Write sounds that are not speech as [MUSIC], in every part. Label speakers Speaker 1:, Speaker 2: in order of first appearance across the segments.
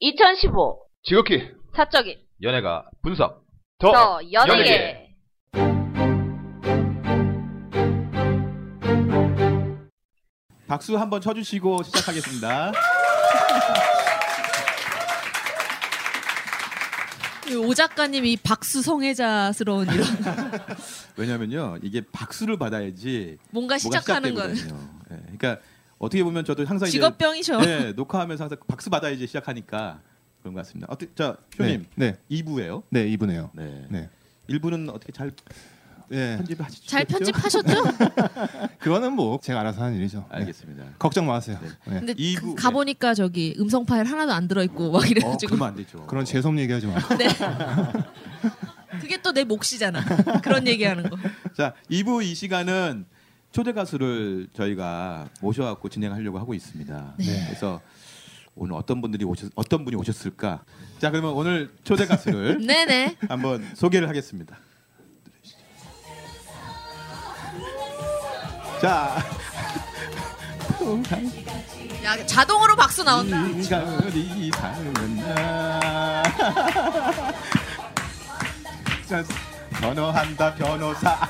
Speaker 1: 2015
Speaker 2: 지극히
Speaker 1: 사적인
Speaker 2: 연예가 분석 더
Speaker 1: 더 연예계
Speaker 2: 연예계.
Speaker 3: 박수 한번 쳐주시고 시작하겠습니다.
Speaker 4: 이오 작가님 이 박수 성애자스러운 이런
Speaker 3: 왜냐면요 이게 박수를 받아야지
Speaker 4: 뭔가
Speaker 3: 뭐가
Speaker 4: 시작하는 건
Speaker 3: 시작되거든요. 예, 그러니까 어떻게 보면 저도 항상 이제
Speaker 4: 직업병이셔.
Speaker 5: 네.
Speaker 3: 예, 녹화하면서 항상 박수 받아야지 시작하니까 그런 것 같습니다. 어떻게 자 효님
Speaker 6: 네,
Speaker 3: 2부예요?
Speaker 6: 네, 이분에요.
Speaker 3: 네.
Speaker 6: 네.
Speaker 3: 1부는 어떻게 잘
Speaker 6: 예,
Speaker 3: 편집을 하시죠? 그렇죠?
Speaker 4: 잘 편집하셨죠?
Speaker 6: 그거는 뭐 제가 알아서 하는 일이죠. 네.
Speaker 3: 알겠습니다.
Speaker 6: 걱정 마세요. 네.
Speaker 4: 근데
Speaker 3: 이부,
Speaker 4: 그-
Speaker 3: 네.
Speaker 4: 가보니까 저기 음성 파일 하나도 안 들어있고 막
Speaker 3: 어,
Speaker 4: [LAUGHS] 이래가지고
Speaker 3: 그러면 안 되죠.
Speaker 6: 그런 죄송한 얘기하지 마.
Speaker 4: 그게 또 내 몫이잖아. 그런 얘기하는 거.
Speaker 3: 자, 2부 이 시간은 초대 가수를 저희가 모셔갖고 진행하려고 하고 있습니다. 그래서 오늘 어떤 분들이 오셨 어떤 분이 오셨을까? 자, 그러면 오늘 초대 가수를
Speaker 4: [LAUGHS] 네네.
Speaker 3: 한번 소개를 하겠습니다. 자,
Speaker 4: 야 자동으로 박수 나온다.
Speaker 3: 인간이 사는 나. 자, 변호한다 변호사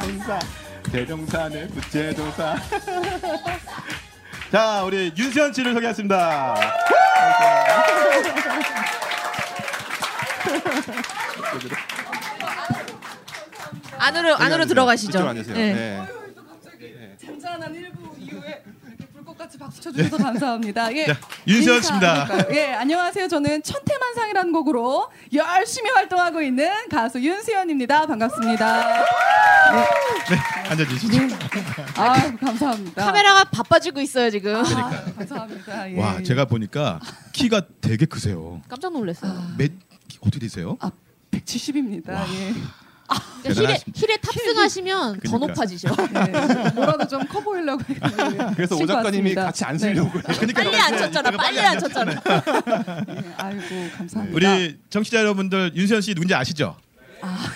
Speaker 3: 형사 대동사는 구체동사 자 우리 윤수현 씨를 소개하겠습니다
Speaker 4: 안으로 안으로 들어가시죠.
Speaker 6: 이쪽으로 앉으세요.
Speaker 4: 네.
Speaker 6: 네.
Speaker 7: 잔잔한 1부 이후에 이렇게 불꽃같이 박수 쳐주셔서 감사합니다. 예.
Speaker 3: 윤세원 씨입니다.
Speaker 7: 인사하니까요. 예, 안녕하세요. 저는 천태만상이라는 곡으로 열심히 활동하고 있는 가수 윤수연입니다. 반갑습니다.
Speaker 3: 앉아주시죠
Speaker 7: 네. 아, 감사합니다.
Speaker 4: 카메라가 바빠지고 있어요 지금.
Speaker 7: 아, 감사합니다. 예.
Speaker 5: 와 제가 보니까 키가 되게 크세요.
Speaker 4: 깜짝 놀랐어요.
Speaker 5: 몇 어떻게 되세요?
Speaker 7: 아, 170입니다. 예.
Speaker 4: 그러니까 힐에,
Speaker 5: 대단하십니다.
Speaker 4: 힐에 탑승하시면 더
Speaker 5: 그러니까.
Speaker 4: 높아지죠.
Speaker 7: 네. 뭐라도 좀 커 보이려고 해요.
Speaker 6: [LAUGHS] 그래서 오
Speaker 7: 친구
Speaker 6: 작가님이
Speaker 4: 네.
Speaker 7: 같습니다.
Speaker 6: 같이 안 쓰려고 해요.
Speaker 4: 빨리 안 쳤잖아. 빨리 안 쳤잖아.
Speaker 7: 네. 예, 아이고, 감사합니다.
Speaker 5: 우리 정치자 여러분들 윤수현 씨 누군지 아시죠?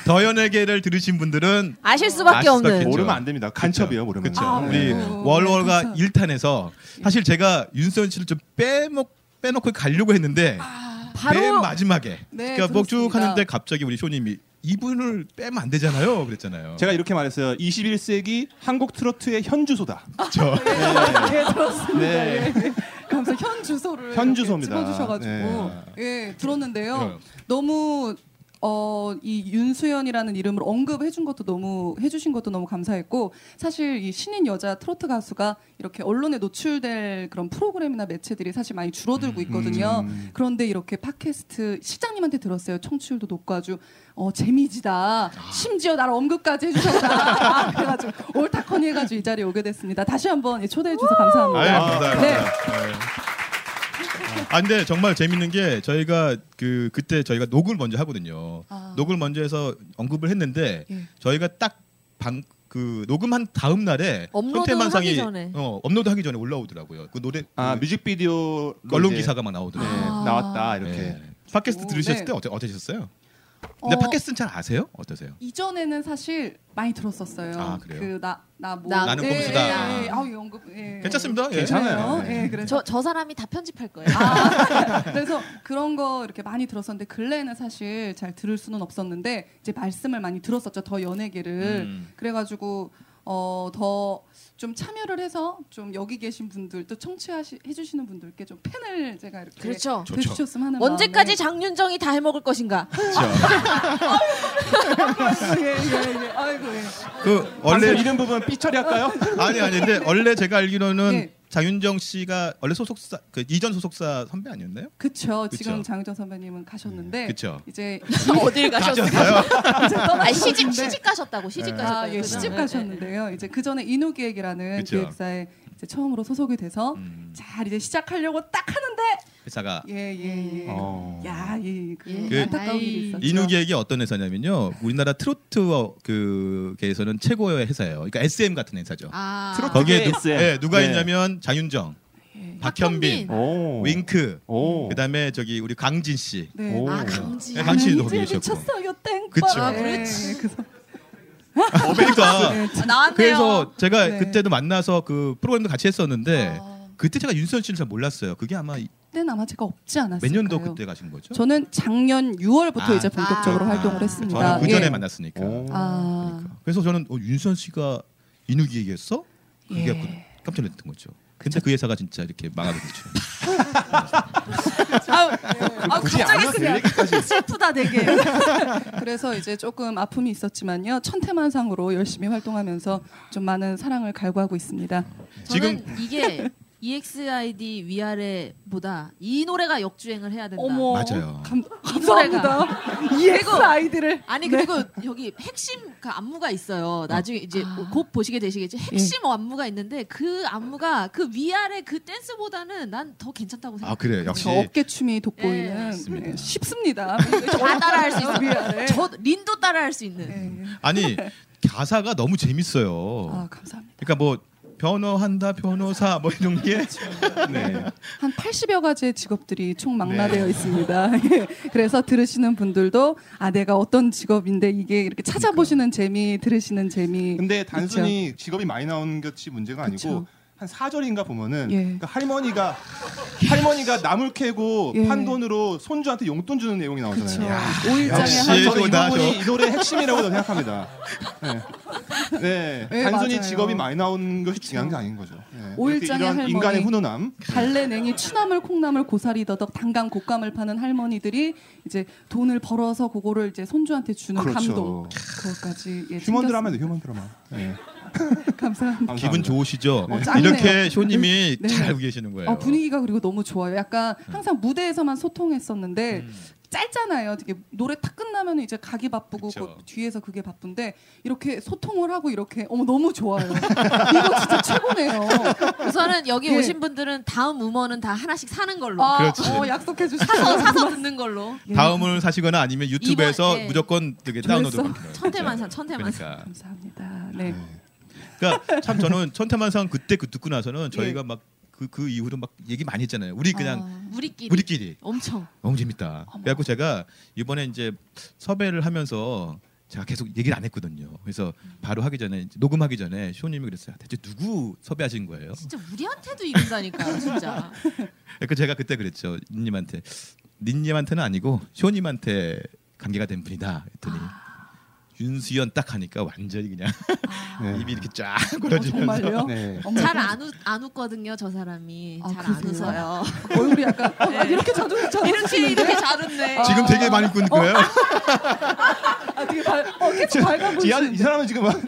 Speaker 5: 더 연예계를 들으신 분들은
Speaker 4: 아실 수밖에
Speaker 5: 아,
Speaker 4: 없는.
Speaker 5: 그쵸.
Speaker 6: 모르면 안 됩니다. 간첩이에요, 모르면.
Speaker 5: 그쵸.
Speaker 7: 아,
Speaker 5: 우리
Speaker 7: 네.
Speaker 5: 월월가
Speaker 7: 네,
Speaker 5: 일탄에서 사실 제가 윤수현 씨를 좀 빼먹 빼놓고 가려고 했는데 맨
Speaker 4: 바로
Speaker 5: 마지막에
Speaker 7: 네,
Speaker 5: 그러니까 목쭉
Speaker 7: 그렇습니다.
Speaker 5: 하는데 갑자기 우리 쇼님이 이분을 빼면 안 되잖아요. 그랬잖아요.
Speaker 6: 제가 이렇게 말했어요. 21세기 한국 트로트의 현주소다.
Speaker 7: 예, 들었습니다.
Speaker 6: 네.
Speaker 7: 예. 감사 현 주소를
Speaker 6: 현 주소입니다.
Speaker 7: 이렇게 집어주셔가지고
Speaker 6: 네.
Speaker 7: 예 들었는데요.
Speaker 5: 네.
Speaker 7: 너무 어, 이 윤수연이라는 이름을 언급해준 것도 너무 해주신 것도 너무 감사했고 사실 이 신인 여자 트로트 가수가 이렇게 언론에 노출될 그런 프로그램이나 매체들이 사실 많이 줄어들고 있거든요.
Speaker 6: 음.
Speaker 7: 그런데 이렇게 팟캐스트 시장님한테 들었어요. 청취율도 높고 아주 어, 재미지다. 심지어 나를 언급까지 해주셨다. [LAUGHS] 그래가지고 올타커니 해가지고 이 자리에 오게 됐습니다. 다시 한번 예, 초대해 주셔서 감사합니다.
Speaker 5: 아유, 예, 감사합니다.
Speaker 7: 네.
Speaker 5: 아유. 아 근데 정말 재밌는 게 저희가 그 그때 저희가 녹을 먼저 하거든요.
Speaker 7: 아.
Speaker 5: 녹을 먼저 해서 언급을 했는데
Speaker 7: 예.
Speaker 5: 저희가 딱 방 그 녹음한 다음 날에
Speaker 4: 업로드
Speaker 5: 손태만상이
Speaker 4: 하기 전에.
Speaker 5: 어, 업로드 하기 전에 올라오더라고요. 그 노래
Speaker 6: 아,
Speaker 5: 그
Speaker 6: 뮤직비디오 네,
Speaker 5: 언론 기사가 막 나오더라고요.
Speaker 4: 아.
Speaker 6: 나왔다 이렇게.
Speaker 5: 예. 네. 팟캐스트
Speaker 7: 오,
Speaker 5: 들으셨을
Speaker 7: 네.
Speaker 5: 때 어때 어떠셨어요? 근데
Speaker 7: 어,
Speaker 5: 팟캐스트는 잘 아세요? 어떠세요?
Speaker 7: 이전에는 사실 많이 들었었어요.
Speaker 5: 아, 그래요?
Speaker 7: 그나나뭐
Speaker 4: 나-
Speaker 5: 나는
Speaker 4: 꼼수다. 네.
Speaker 7: 예, 예, 예. 아우 연극. 예.
Speaker 5: 괜찮습니다. 예.
Speaker 6: 괜찮아요.
Speaker 7: 그래요? 예, 그래서
Speaker 4: 저, 저 사람이 다 편집할 거예요.
Speaker 7: 아, [LAUGHS] 그래서 그런 거 이렇게 많이 들었었는데 근래에는 사실 잘 들을 수는 없었는데 이제 말씀을 많이 들었었죠 더 연예계를
Speaker 5: 음.
Speaker 7: 그래가지고 어, 더 좀 참여를 해서 좀 여기 계신 분들 또 청취하시 해주시는 분들께 좀 팬을 제가 이렇게
Speaker 4: 그렇죠.
Speaker 5: 좋죠.
Speaker 7: 되주셨으면 하는
Speaker 4: 언제까지 장윤정이 다 해먹을 것인가?
Speaker 7: 마음에. [LAUGHS] 예, 예, 예. 아이고 예.
Speaker 5: 그
Speaker 6: 원래
Speaker 5: 원래
Speaker 6: 이름 부분 삐 처리할까요?
Speaker 5: [LAUGHS] 아니 아니 근데 원래 제가 알기로는
Speaker 7: 네.
Speaker 5: 장윤정 씨가 원래 소속사 그 이전 소속사 선배 아니었나요?
Speaker 7: 그쵸,
Speaker 5: 그쵸. 예.
Speaker 7: 지금 장윤정 선배님은 가셨는데
Speaker 5: 그쵸. [LAUGHS]
Speaker 7: 이제
Speaker 4: [LAUGHS] 어딜 가셨어요? 네. 아, 시집 시집 가셨다고 시집 가셨다고. 네,
Speaker 7: 아, 예, 시집 가셨는데요. 이제 그 전에 인후 기획이라는
Speaker 5: 그쵸.
Speaker 7: 기획사에 이제 처음으로 소속이 돼서
Speaker 5: 음.
Speaker 7: 잘 이제 시작하려고 딱 하는데
Speaker 5: 회사가
Speaker 7: 예예 예.
Speaker 1: 음.
Speaker 6: 어.
Speaker 7: 야, 예, 그
Speaker 4: 예.
Speaker 7: 안타까운 일이
Speaker 4: 아이.
Speaker 7: 있었죠.
Speaker 5: 인후기획이 어떤 회사냐면요. 우리나라 트로트 그계에서는 최고의 회사예요. 그러니까 SM 같은 회사죠.
Speaker 4: 아,
Speaker 5: 거기에 누,
Speaker 6: SM.
Speaker 5: 예, 누가
Speaker 6: 네.
Speaker 5: 있냐면 장윤정, 박현빈,
Speaker 6: 오.
Speaker 5: 윙크,
Speaker 6: 오.
Speaker 5: 그다음에 저기 우리 강진 씨.
Speaker 7: 네.
Speaker 6: 오.
Speaker 4: 아 강지.
Speaker 5: 예, 강진 씨도 거기
Speaker 7: 이제
Speaker 5: 계셨고.
Speaker 7: 미쳤어요, 땡.
Speaker 5: 그쵸.
Speaker 7: 빠.
Speaker 5: 아,
Speaker 4: 그렇지.
Speaker 7: 예, 그래서
Speaker 5: 어, 그러니까
Speaker 7: 예, 참-
Speaker 4: 네. 나왔네요.
Speaker 5: 그래서 제가
Speaker 7: 네. 아.
Speaker 5: 그때도 만나서 그 프로그램도 같이 했었는데 그때 제가 윤선 씨를 잘 몰랐어요. 그게 아마 이-
Speaker 7: 그때는 아마 제가 없지 않았을까요?
Speaker 5: 몇 년도 그때 가신 거죠?
Speaker 7: 저는 작년 6월부터
Speaker 5: 아,
Speaker 7: 이제 본격적으로
Speaker 4: 아.
Speaker 7: 활동을 했습니다.
Speaker 5: 저는 그 전에
Speaker 7: 예.
Speaker 5: 만났으니까.
Speaker 2: 오.
Speaker 7: 아,
Speaker 5: 그러니까. 그래서 저는 어, 윤선 씨가 이누기 얘기했어? 그게
Speaker 7: 예.
Speaker 5: 그- 깜짝 놀랐던 거죠. 근데 그 회사가 진짜 이렇게 망하게 됐죠.
Speaker 7: 아, 아
Speaker 2: 굳이 안
Speaker 7: 갑자기
Speaker 2: 하세요,
Speaker 7: 그냥
Speaker 2: 얘기까지.
Speaker 7: 슬프다 네. 되게. 그래서 이제 조금 아픔이 있었지만요. 천태만상으로 열심히 활동하면서 좀 많은 사랑을 갈구하고 있습니다.
Speaker 4: 저는 이게 E EXID 위아래보다 이 노래가 역주행을 해야 된다.
Speaker 5: 맞아요.
Speaker 7: 어, 감,
Speaker 4: 노래가.
Speaker 7: 감사합니다. EX 아이들을
Speaker 4: 아니 그리고 여기 핵심 그 안무가 있어요. 나중에 이제
Speaker 7: 아.
Speaker 4: 곧 보시게 되시겠지. 핵심
Speaker 5: 예.
Speaker 4: 안무가 있는데 그 안무가 그 위아래 그 댄스보다는 난 더 괜찮다고
Speaker 5: 아
Speaker 4: 생각.
Speaker 5: 그래 역시
Speaker 7: 저 어깨 춤이
Speaker 4: 예,
Speaker 7: 돋보이는
Speaker 5: 맞습니다.
Speaker 7: 예, 쉽습니다.
Speaker 4: 다 따라할
Speaker 7: 아,
Speaker 4: 수 있어.
Speaker 7: 미안해.
Speaker 4: 저 린도 따라할 수 있는.
Speaker 7: 예.
Speaker 5: 아니 가사가 너무 재밌어요.
Speaker 7: 아 감사합니다.
Speaker 5: 그러니까 뭐 변호한다 변호사 뭐 이런
Speaker 7: [LAUGHS]
Speaker 5: 게 네.
Speaker 7: 한 80여 가지의 직업들이 총 망라되어 있습니다. [LAUGHS] 예. 그래서 들으시는 분들도 아 내가 어떤 직업인데 이게 이렇게 찾아보시는 재미, 들으시는 재미.
Speaker 1: 근데 단순히 직업이 많이 나오는 것이 문제가
Speaker 7: 그쵸.
Speaker 1: 아니고 한 4절인가 보면은
Speaker 7: 예.
Speaker 1: 그 할머니가 할머니가 나물 캐고
Speaker 7: 예.
Speaker 1: 판 돈으로 손주한테 용돈 주는 내용이
Speaker 7: 그렇죠.
Speaker 1: 나오잖아요.
Speaker 7: 오일장에
Speaker 5: 역시.
Speaker 7: 한
Speaker 1: 저는 이
Speaker 5: 또 나죠.
Speaker 1: 부분이 이 노래의 핵심이라고 저는 생각합니다. 네. 네.
Speaker 7: 네,
Speaker 1: 단순히
Speaker 7: 맞아요.
Speaker 1: 직업이 많이 나오는 것이 중요한 게 아닌 거죠. 네.
Speaker 7: 오일장의
Speaker 1: 이렇게 이런
Speaker 7: 할머니.
Speaker 1: 인간의 훈훈함.
Speaker 7: 달래냉이 추나물 콩나물 고사리 더덕 당감 곶감을 파는 할머니들이 이제 돈을 벌어서 그거를 이제 손주한테 주는
Speaker 1: 그렇죠.
Speaker 7: 감동 그거까지
Speaker 1: 휴먼
Speaker 7: 예, 챙겼습니다.
Speaker 1: 드라마도 휴먼 드라마. 네.
Speaker 7: 아, 감사합니다.
Speaker 5: 기분 좋으시죠?
Speaker 7: 어, 짱이네요.
Speaker 5: 이렇게 쇼님이
Speaker 7: 네.
Speaker 5: 잘 알고 계시는 거예요. 네.
Speaker 7: 어, 분위기가 그리고 너무 좋아요. 약간 항상 무대에서만 소통했었는데
Speaker 5: 음.
Speaker 7: 짧잖아요. 되게 노래 딱 끝나면 이제 가기 바쁘고
Speaker 5: 그쵸.
Speaker 7: 그 뒤에서 그게 바쁜데 이렇게 소통을 하고 이렇게 어머 너무 좋아요. [LAUGHS] 이거
Speaker 5: [LAUGHS]
Speaker 7: 진짜 최고네요.
Speaker 4: 우선은 여기
Speaker 7: 예.
Speaker 4: 오신 분들은 다음 음원은 다 하나씩 사는 걸로.
Speaker 7: 아,
Speaker 5: 그렇지.
Speaker 7: 어, 약속해 주셔서
Speaker 4: 사서 사서 듣는 걸로.
Speaker 7: 예,
Speaker 5: 다음을 사시거나 아니면 유튜브에서
Speaker 4: 이번, 예.
Speaker 5: 무조건 되게 다운로드
Speaker 7: 조회수.
Speaker 5: 받는 거예요.
Speaker 4: 천태만상, 천태만상.
Speaker 5: 그러니까.
Speaker 7: 감사합니다. 네.
Speaker 5: 그러니까 참 저는 천태만상 그때 그 듣고 나서는 저희가
Speaker 7: 네.
Speaker 5: 막 그 그 이후로 막 얘기 많이 했잖아요. 우리 그냥
Speaker 4: 우리끼리.
Speaker 5: 우리끼리
Speaker 4: 엄청.
Speaker 5: 너무 재밌다. 그래갖고 제가 이번에 이제 섭외를 하면서 제가 계속 얘기를 안 했거든요. 그래서
Speaker 4: 음.
Speaker 5: 바로 하기 전에 이제 녹음하기 전에 쇼님이 그랬어요. 대체 누구 섭외하신 거예요?
Speaker 4: 진짜 우리한테도 이른다니까 진짜.
Speaker 5: 그 제가 그때 그랬죠. 님한테 님한테는 아니고 쇼님한테 관계가 된 분이다. 했더니
Speaker 7: 아.
Speaker 5: 윤수연 딱 하니까 완전히 그냥
Speaker 1: 네.
Speaker 5: 입이 이렇게 쫙
Speaker 7: 어,
Speaker 5: 벌어지면서
Speaker 7: 정말요?
Speaker 1: 네.
Speaker 7: 어머,
Speaker 4: 잘 안 웃거든요 저 사람이.
Speaker 7: 아,
Speaker 4: 잘 안
Speaker 7: 그래요?
Speaker 4: 웃어요. [LAUGHS]
Speaker 7: 얼굴이 약간 어,
Speaker 4: 네.
Speaker 7: 이렇게 자주
Speaker 4: [LAUGHS]
Speaker 7: 자주
Speaker 4: 이렇게 이렇게 잘 웃네.
Speaker 5: 지금 되게 많이
Speaker 7: 어,
Speaker 5: 웃는 거예요.
Speaker 7: 아 되게 밝, 어, 계속 밝아
Speaker 1: 이, 아- 이
Speaker 7: 보이시는데
Speaker 1: 사람은 지금 막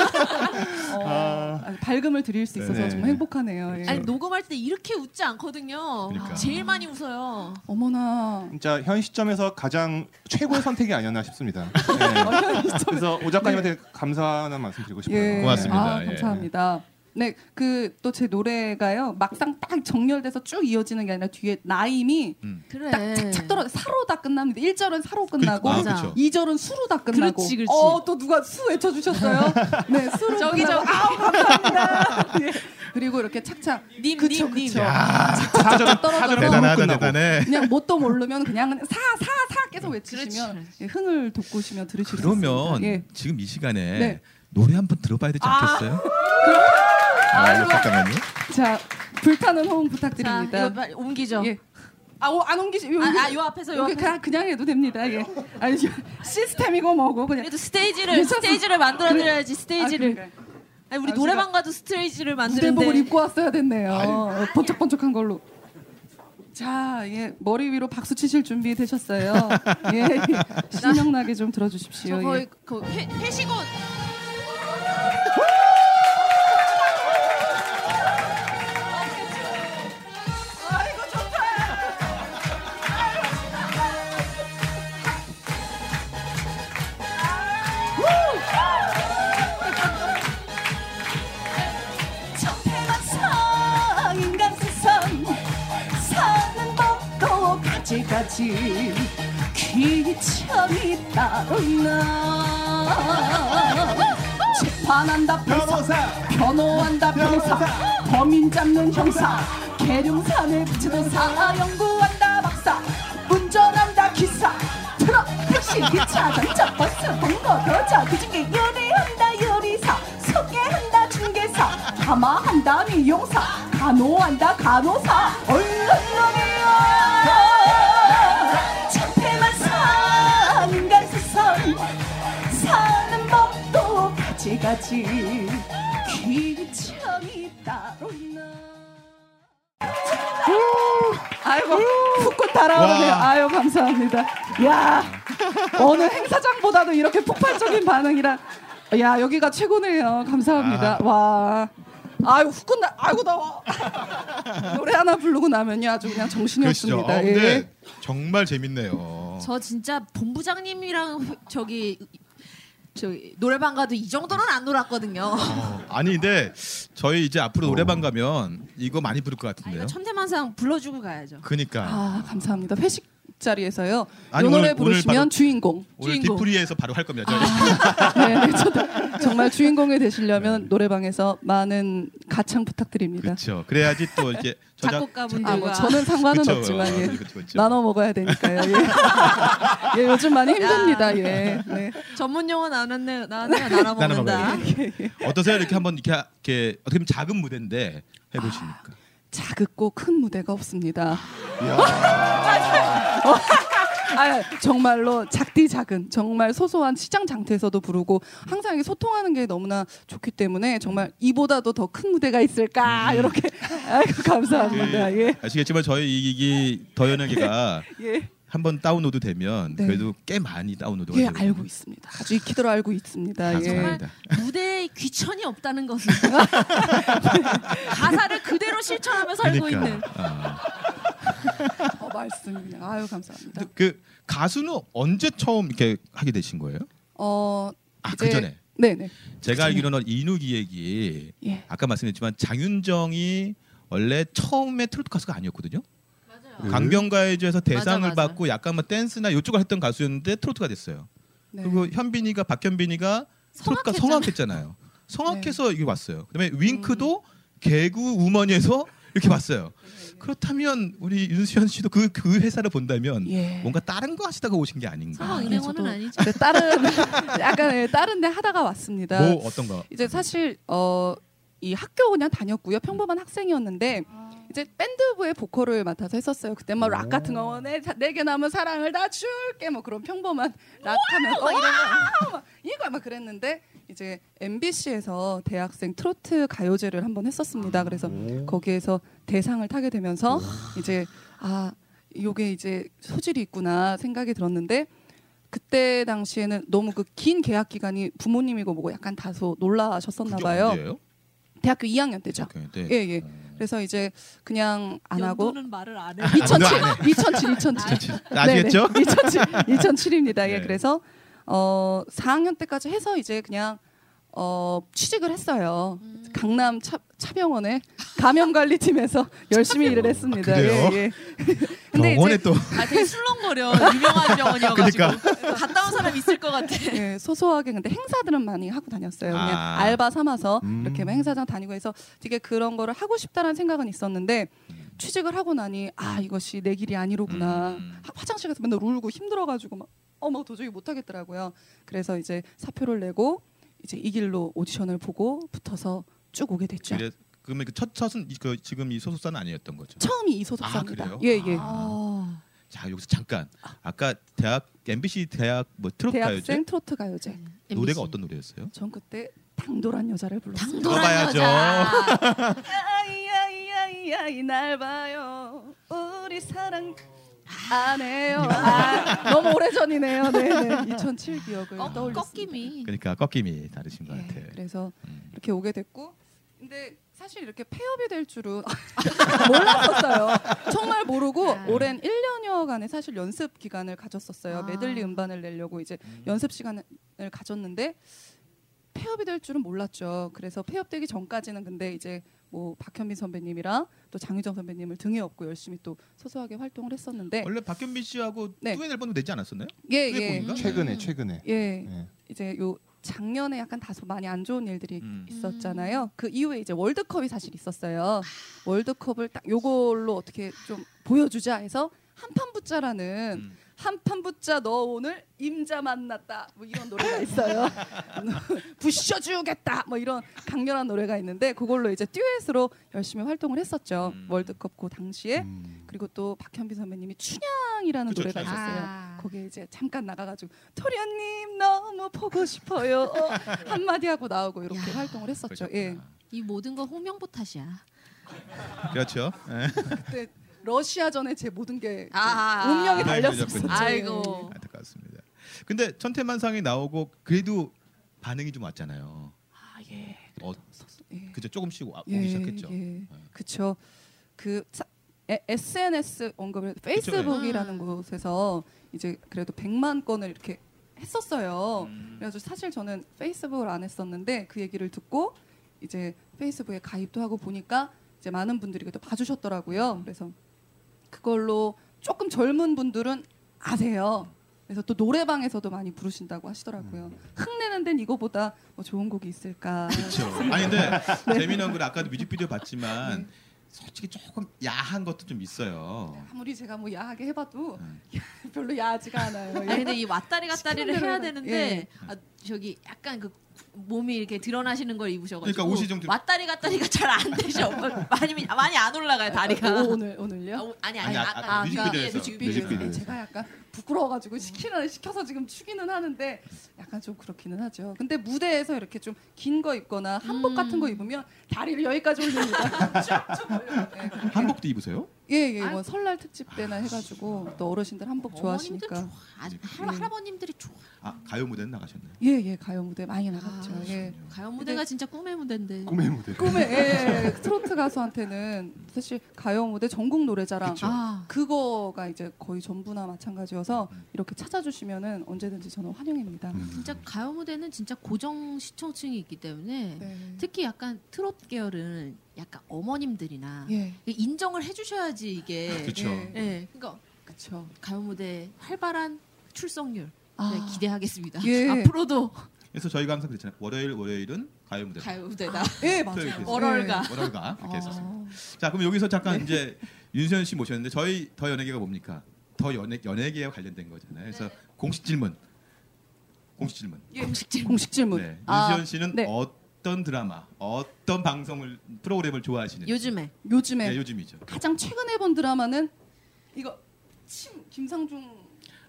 Speaker 7: 어,
Speaker 1: 아.
Speaker 7: 아, 밝음을 드릴 수 있어서
Speaker 1: 네.
Speaker 7: 정말 행복하네요. 예.
Speaker 4: 아니 녹음할 때 이렇게 웃지 않거든요.
Speaker 5: 그러니까.
Speaker 4: 제일 많이 웃어요.
Speaker 7: 어머나
Speaker 1: 진짜 현 시점에서 가장 최고의 선택이 아니었나
Speaker 7: [LAUGHS]
Speaker 1: 싶습니다. 네.
Speaker 7: 어,
Speaker 1: 그래서 오 작가님한테 감사한 말씀 드리고 싶어요.
Speaker 7: 네. 예.
Speaker 5: 고맙습니다.
Speaker 7: 아,
Speaker 5: 예.
Speaker 7: 감사합니다. 네, 그 또 제 노래가요. 막상 딱 정렬돼서 쭉 이어지는 게 아니라 뒤에 나임이
Speaker 4: 그래.
Speaker 7: 딱 착착 떨어 사로 다 끝납니다. 1절은 사로 끝나고
Speaker 5: 아,
Speaker 4: 맞아.
Speaker 5: 그렇죠.
Speaker 7: 2절은 수로 다 끝나고.
Speaker 4: 그렇지, 그렇지.
Speaker 7: 어, 또 누가 수 외쳐 주셨어요? 네, 수로
Speaker 4: 저기,
Speaker 7: 끝나고.
Speaker 4: 저기.
Speaker 7: 아우, 감사합니다. [LAUGHS] 예. 그리고 이렇게 착착
Speaker 4: 님,
Speaker 7: 그쵸,
Speaker 4: 님, 아, 님.
Speaker 7: 그쵸.
Speaker 1: 사절은
Speaker 7: 떨어져서
Speaker 1: 사절은
Speaker 5: 대단하다
Speaker 1: 끝나고.
Speaker 5: 대단해.
Speaker 7: 그냥 뭣도 모르면 그냥 사사사 계속
Speaker 4: 그렇죠.
Speaker 7: 외치시면
Speaker 4: 네, 그렇지,
Speaker 7: 예, 흥을 돋구시며 들으실 수
Speaker 5: 그러면
Speaker 7: 있습니다. 예.
Speaker 5: 지금 이 시간에
Speaker 7: 네.
Speaker 5: 노래 한번 들어봐야 되지 않겠어요? 아, 이거 잠깐만요.
Speaker 7: 자, 불타는 호응
Speaker 4: 자, 이거
Speaker 7: 부탁드립니다.
Speaker 4: 빨리 옮기죠.
Speaker 7: 예. 아, 오, 안 옮기시. 요,
Speaker 4: 아, 아, 요 앞에서 요
Speaker 7: 여기
Speaker 4: 앞에서.
Speaker 7: 그냥 그냥 해도 됩니다. 예. 아니 시스템이고 뭐고 그냥
Speaker 4: 그래도 스테이지를
Speaker 7: 괜찮아.
Speaker 4: 스테이지를 만들어 드려야지
Speaker 7: 아,
Speaker 4: 스테이지를. 아,
Speaker 7: 그러니까.
Speaker 4: 니 우리
Speaker 7: 아,
Speaker 4: 노래방 가도 스테이지를
Speaker 7: 무대복을
Speaker 4: 만드는데.
Speaker 7: 입고 왔어야 됐네요. 어, 번쩍번쩍한 걸로. 자, 예, 머리 위로 박수 치실 준비 되셨어요.
Speaker 4: [LAUGHS]
Speaker 7: 예, 예. 신명나게 좀 들어주십시오.
Speaker 4: 저
Speaker 7: 예.
Speaker 4: 거의 그 회, 회식은
Speaker 7: 천태만상 인간 세상 사는 법도 가지가지 귀천이 따로 나 재판한다
Speaker 5: 아,
Speaker 7: 변호사
Speaker 1: 변호사
Speaker 7: 변호한다 변호사
Speaker 1: 변호사.
Speaker 7: 범인 잡는 형사 계룡산을 부치도사 아, 연구한다 박사 운전한다 기사 트럭 택시 기차 전차 버스 동거 여자 그중에 요리한다 요리사 소개한다 중개사 담화한다 미용사 간호한다 간호사 얼른 놈이 해야지 귀참이 따로 있나 아이고 풋꽃 달아오르네요
Speaker 5: 와.
Speaker 7: 아유 감사합니다
Speaker 5: [LAUGHS]
Speaker 7: 야 어느 행사장보다도 이렇게 폭발적인 반응이라 야 여기가 최고네요 감사합니다
Speaker 5: 아.
Speaker 7: 와 아유 후끈 나
Speaker 5: [LAUGHS]
Speaker 7: 아이고 더워 노래 하나 부르고 나면요 아주 그냥 정신이
Speaker 5: 그러시죠.
Speaker 7: 없습니다
Speaker 5: 어,
Speaker 7: 예.
Speaker 5: 근데 정말 재밌네요.
Speaker 4: 저 진짜 본부장님이랑 회- 저기 저기 노래방 가도 이 정도는 안 놀았거든요.
Speaker 5: 어, 아니 근데 저희 이제 앞으로 노래방 가면 이거 많이 부를 것
Speaker 4: 아, 이거
Speaker 5: 같은데요.
Speaker 4: 천태만상 불러주고 가야죠.
Speaker 5: 그니까
Speaker 7: 아 감사합니다. 회식 자리에서요.
Speaker 5: 아니,
Speaker 7: 이 노래
Speaker 5: 오늘- 오늘
Speaker 7: 부르시면
Speaker 5: 바로-
Speaker 7: 주인공.
Speaker 5: 오늘
Speaker 4: 주인공.
Speaker 5: 디프리에서 바로 할 겁니다.
Speaker 7: 네, 네, 저도 정말 주인공이 되시려면 노래방에서 많은 가창 부탁드립니다.
Speaker 5: 네. 그렇죠. 그래야지 또
Speaker 7: [LAUGHS]
Speaker 5: 이렇게 저작
Speaker 4: 작곡가분들과
Speaker 7: 아, 뭐 저는 상관은
Speaker 5: 그쵸,
Speaker 7: 없지만 예.
Speaker 5: 그쵸, 그쵸, 그쵸.
Speaker 7: 나눠 먹어야 되니까요. 예. [LAUGHS] 예, 요즘 많이 힘듭니다. 예. 네.
Speaker 4: 전문 용어 나왔네 나왔네 나눠
Speaker 5: 나눠
Speaker 4: 먹는다.
Speaker 5: 먹어요. 어떠세요? 이렇게 한번 이렇게, 하- 이렇게 어떻게 보면 작은 무대인데 해보시니까
Speaker 7: 자극고 큰 무대가 없습니다. 어, 아, 정말로 작디 작은 정말 소소한 시장 장터에서도 부르고 항상 이게 소통하는 게 너무나 좋기 때문에 정말 이보다도 더 큰 무대가 있을까
Speaker 5: 음.
Speaker 7: 이렇게 아이고 감사합니다 예.
Speaker 5: 그 아시겠지만 저희 이, 이 더연에게가
Speaker 7: [LAUGHS] 예.
Speaker 5: 한번 다운로드 되면
Speaker 7: 네.
Speaker 5: 그래도 꽤 많이 다운로드가
Speaker 7: 예
Speaker 5: 되고
Speaker 7: 알고 있습니다 아주 익히도록 알고 있습니다 예.
Speaker 5: 감사합니다.
Speaker 4: 무대에 귀천이 없다는 것은 [LAUGHS] 가사를 그대로 실천하며 살고 있는
Speaker 5: 아.
Speaker 7: 어, 말씀 그냥 아유 감사합니다
Speaker 5: 근데 그 가수는 언제 처음 이렇게 하게 되신 거예요?
Speaker 7: 어
Speaker 5: 아
Speaker 7: 이제-
Speaker 5: 그 전에
Speaker 7: 네네
Speaker 5: 제가 알기로는 인우 기획이
Speaker 7: 예.
Speaker 5: 아까 말씀했지만 장윤정이 원래 처음에 트로트 가수가 아니었거든요. 강변가요제에서 대상을
Speaker 4: 맞아.
Speaker 5: 받고 약간 뭐 댄스나 이쪽을 했던 가수였는데 트로트가 됐어요.
Speaker 7: 네.
Speaker 5: 그리고 현빈이가 박현빈이가 트로트가
Speaker 4: 성악했잖아요.
Speaker 5: 성악했잖아요. 성악해서 이게 왔어요. 그다음에 윙크도 개구 우먼에서 이렇게 왔어요. 그렇다면 우리 윤수현 씨도 그 그 회사를 본다면
Speaker 7: 예.
Speaker 5: 뭔가 다른 거 하시다가 오신 게
Speaker 4: 성악
Speaker 5: 아닌가? 뭐
Speaker 7: 아,
Speaker 4: 은행원은
Speaker 7: 저도-
Speaker 4: 아니죠.
Speaker 7: 근데 다른 [LAUGHS] 약간 예, 다른 데 하다가 왔습니다
Speaker 5: 뭐 어떤 거?
Speaker 7: 이제 사실 어, 이 학교 그냥 다녔고요. 평범한 학생이었는데 이제 밴드부의 보컬을 맡아서 했었어요. 그때 막 락 같은 거, 내, 내게 남은 사랑을 다 줄게 뭐 그런 평범한 락하면 어, 이런 거, 막 이거 막 그랬는데 이제 MBC에서 대학생 트로트 가요제를 한번 했었습니다. 그래서 거기에서 대상을 타게 되면서 이제 아 요게 이제 소질이 있구나 생각이 들었는데 그때 당시에는 너무 그 긴 계약 기간이 부모님이고 뭐고 약간 다소 놀라셨었나
Speaker 5: 그게
Speaker 7: 봐요.
Speaker 5: 언제예요?
Speaker 7: 대학교 2학년 때죠.
Speaker 5: 오케이, 네.
Speaker 7: 예, 예. 그래서 이제 그냥 안 하고
Speaker 4: 연도는 말을 안 해.
Speaker 7: 2007,
Speaker 5: 아, 안
Speaker 7: 2007, 2007. [LAUGHS]
Speaker 5: 아시겠죠?
Speaker 7: 2007, 2007입니다. 네. 예,
Speaker 5: 네.
Speaker 7: 그래서 어 4학년 때까지 해서 이제 그냥 어 취직을 했어요.
Speaker 4: 음.
Speaker 7: 강남 차, 차병원에 감염관리팀에서 [LAUGHS] 열심히 일을 했습니다.
Speaker 5: 아, 그래요?
Speaker 7: 예, [LAUGHS] 예.
Speaker 5: 병원에 또
Speaker 4: 아 되게 술렁거려 [LAUGHS] 유명한 병원이어가지고 갔다 온 사람 있을 것 같아.
Speaker 7: 예, 소소하게 근데 행사들은 많이 하고 다녔어요. 그냥
Speaker 5: 아.
Speaker 7: 알바 삼아서
Speaker 1: 음.
Speaker 7: 이렇게 막 행사장 다니고 해서 되게 그런 거를 하고 싶다라는 생각은 있었는데 취직을 하고 나니 아 이것이 내 길이 아니로구나.
Speaker 5: 음.
Speaker 7: 하- 화장실 가서 맨날 울고 힘들어가지고 막 어머 도저히 못하겠더라고요. 그래서 이제 사표를 내고 이제 이 길로 오디션을 보고 붙어서 쭉 오게 됐죠.
Speaker 5: 그래, 그러면 그첫 첫은 이- 그 지금 이 소속사는 아니었던 거죠.
Speaker 7: 처음이 이
Speaker 5: 아,
Speaker 7: 소속사입니다.
Speaker 5: 그래요?
Speaker 7: 예예.
Speaker 4: 어.
Speaker 5: 자 여기서 잠깐 아까 대학 MBC 대학 뭐 트로트 가요제
Speaker 7: 대학생 트로트 가요제.
Speaker 5: 노래가 어떤 노래였어요?
Speaker 7: 전 그때 당돌한 여자를 불렀어요.
Speaker 4: 당돌한
Speaker 5: 들어봐야죠.
Speaker 4: 여자.
Speaker 7: 아이아이아이아이 날 봐요 우리 사랑 안 해요 아, 너무 오래전이네요 네네 2007 기억을
Speaker 4: 꺾-
Speaker 7: 떠올렸습니다
Speaker 4: 꺾임이.
Speaker 5: 그러니까 꺾임이 다르신 것
Speaker 7: 예,
Speaker 5: 같아요.
Speaker 7: 그래서
Speaker 5: 음.
Speaker 7: 이렇게 오게 됐고 근데 사실 이렇게 폐업이 될 줄은 [LAUGHS] 몰랐었어요 네. 정말 모르고
Speaker 4: 아.
Speaker 7: 오랜 1년여간의 사실 연습 기간을 가졌었어요
Speaker 4: 아.
Speaker 7: 메들리 음반을 내려고 이제 연습 시간을 가졌는데 폐업이 될 줄은 몰랐죠. 그래서 폐업되기 전까지는 근데 이제 뭐 박현빈 선배님이랑 또 장유정 선배님을 등에 업고 열심히 또 소소하게 활동을 했었는데
Speaker 5: 원래 박현빈 씨하고
Speaker 7: 네.
Speaker 5: 듀엣 앨범도 내지 않았었나요?
Speaker 7: 예예
Speaker 5: 그게
Speaker 7: 예,
Speaker 5: 뭔가? 음.
Speaker 1: 최근에 최근에.
Speaker 7: 예.
Speaker 1: 네.
Speaker 7: 이제 요 작년에 약간 다소 많이 안 좋은 일들이
Speaker 5: 음.
Speaker 7: 있었잖아요. 그 이후에 이제 월드컵이 사실 있었어요. 월드컵을 딱 요걸로 어떻게 좀 보여주자 해서 한판 붙자라는
Speaker 5: 음.
Speaker 7: 한판 붙자 너 오늘 임자 만났다 뭐 이런 노래가 있어요. [LAUGHS] 부셔주겠다 뭐 이런 강렬한 노래가 있는데 그걸로 이제 듀엣으로 열심히 활동을 했었죠.
Speaker 5: 음.
Speaker 7: 월드컵 그 당시에
Speaker 1: 음.
Speaker 7: 그리고 또 박현빈 선배님이 춘향 사랑이라는
Speaker 6: 그쵸,
Speaker 7: 노래가
Speaker 6: 아.
Speaker 7: 있었어요. 거기에 이제 잠깐 나가가지고 토리언님 너무 보고 싶어요 어, 한마디 하고 나오고 이렇게
Speaker 4: 야.
Speaker 7: 활동을 했었죠. 예.
Speaker 4: 이 모든 건 홍명보 탓이야.
Speaker 5: 그렇죠. 예.
Speaker 7: 그때 러시아 전에 제 모든 게그
Speaker 4: 아.
Speaker 7: 운명이
Speaker 5: 아.
Speaker 7: 달렸었어요. 예.
Speaker 4: 아이고.
Speaker 5: 안타깝습니다. 근데 천태만상이 나오고 그래도 반응이 좀 왔잖아요.
Speaker 7: 아, 예.
Speaker 5: 어,
Speaker 7: 예.
Speaker 5: 그죠 조금씩 와- 오기
Speaker 7: 예,
Speaker 5: 시작했죠.
Speaker 7: 예. 그쵸. 그 사- 에- SNS 언급을 해도
Speaker 5: 예.
Speaker 7: 페이스북이라는 곳에서 이제 그래도 100만 건을 이렇게 했었어요.
Speaker 5: 음.
Speaker 7: 그래서 사실 저는 페이스북을 안 했었는데 그 얘기를 듣고 이제 페이스북에 가입도 하고 보니까 이제 많은 분들이 그래도
Speaker 5: 음.
Speaker 7: 봐주셨더라고요. 그래서 그걸로 조금 젊은 분들은 아세요. 그래서 또 노래방에서도 많이 부르신다고 하시더라고요.
Speaker 5: 음.
Speaker 7: 흥내는 데는 이거보다 뭐 좋은 곡이 있을까?
Speaker 5: 그렇죠. 아니 근데
Speaker 7: [LAUGHS] 네.
Speaker 5: 재미난 건 아까도 뮤직비디오 봤지만 솔직히 조금 야한 것도 좀 있어요.
Speaker 7: 아무리 제가 뭐 [LAUGHS] 야하게 해봐도
Speaker 5: 음.
Speaker 7: 별로 야하지가 않아요. 예.
Speaker 4: 아니 근데 이 왔다리 갔다리를
Speaker 7: 시키는
Speaker 4: 해야
Speaker 7: 대로 해라.
Speaker 5: 예,
Speaker 4: 되는데 아, 저기 약간 그 몸이 이렇게 드러나시는 걸 입으셔가지고
Speaker 5: 그러니까 옷이 좀 드-
Speaker 4: 왔다리 갔다리가 잘 안 되죠. 많이 많이 안 올라가요
Speaker 7: 아,
Speaker 4: 다리가.
Speaker 7: 오, 오늘 오늘요?
Speaker 4: 아, 아니
Speaker 5: 아니,
Speaker 4: 아니
Speaker 5: 아,
Speaker 4: 아까 예,
Speaker 5: 아,
Speaker 4: 그렇죠.
Speaker 5: 뮤직비디오에서.
Speaker 1: 뮤직비디오.
Speaker 7: 아니, 제가 약간 부끄러워가지고 시키는 시켜서 지금 추기는 하는데 약간 좀 그렇기는 하죠. 근데 무대에서 이렇게 좀 긴 거 입거나 한복 같은 거 입으면 다리를 여기까지 올립니다. [LAUGHS] 쭉쭉 올려요. 네.
Speaker 5: 한복도 입으세요?
Speaker 7: 예예
Speaker 4: 아이.
Speaker 7: 뭐 설날 특집 때나 해가지고 또 어르신들 한복
Speaker 5: 네.
Speaker 4: 어머님들
Speaker 7: 좋아하시니까
Speaker 4: 좋아. 아주 할- 할아버님들이 좋아.
Speaker 5: 아 가요 무대는 나가셨나요?
Speaker 7: 예예 가요 무대 많이 나갔죠.
Speaker 4: 아,
Speaker 7: 예.
Speaker 4: 가요 무대가 진짜 꿈의 무대인데.
Speaker 1: 꿈의 무대.
Speaker 7: 꿈에 예, 예. 트로트 가수한테는 사실 가요 무대 전국 노래자랑
Speaker 5: 그쵸.
Speaker 4: 아
Speaker 7: 그거가 이제 거의 전부나 마찬가지여서
Speaker 5: 음.
Speaker 7: 이렇게 찾아주시면은 언제든지 저는 환영입니다.
Speaker 4: 진짜 가요 무대는 진짜 고정 시청층이 있기 때문에
Speaker 7: 네.
Speaker 4: 특히 약간 트롯 계열은 약간 어머님들이나
Speaker 7: 예,
Speaker 4: 인정을 해주셔야지 이게.
Speaker 5: 그렇죠.
Speaker 7: 예.
Speaker 4: 예, 그러니까
Speaker 7: 그렇죠.
Speaker 4: 가요 무대 활발한 출석률
Speaker 7: 아.
Speaker 4: 네, 기대하겠습니다.
Speaker 7: 예.
Speaker 4: [LAUGHS] 앞으로도
Speaker 5: 그래서 저희가 항상 그랬잖아요. 월요일 월요일은 가요 무대.
Speaker 4: 가요 무대다.
Speaker 5: 네.
Speaker 7: 예,
Speaker 5: 저희
Speaker 7: 맞아요.
Speaker 5: 그래서
Speaker 4: 월월가.
Speaker 5: 월요일가 이렇게 했었어요.
Speaker 4: 어.
Speaker 7: 아.
Speaker 5: 자 그럼 여기서 잠깐
Speaker 7: 네.
Speaker 5: 이제 윤세현 씨 모셨는데 저희 더 연예계가 뭡니까? 더 연예 연예계와 관련된 거잖아요. 그래서
Speaker 7: 네.
Speaker 5: 공식 질문. 공식 질문.
Speaker 7: 예. 공식 질문.
Speaker 5: 네.
Speaker 7: 아,
Speaker 5: 윤세현 씨는
Speaker 7: 네.
Speaker 5: 어떤 드라마, 어떤 방송을 프로그램을 좋아하시는?
Speaker 4: 요즘에
Speaker 7: 요즘에
Speaker 5: 네, 요즘이죠.
Speaker 7: 가장 최근에 본 드라마는 이거 침 김상중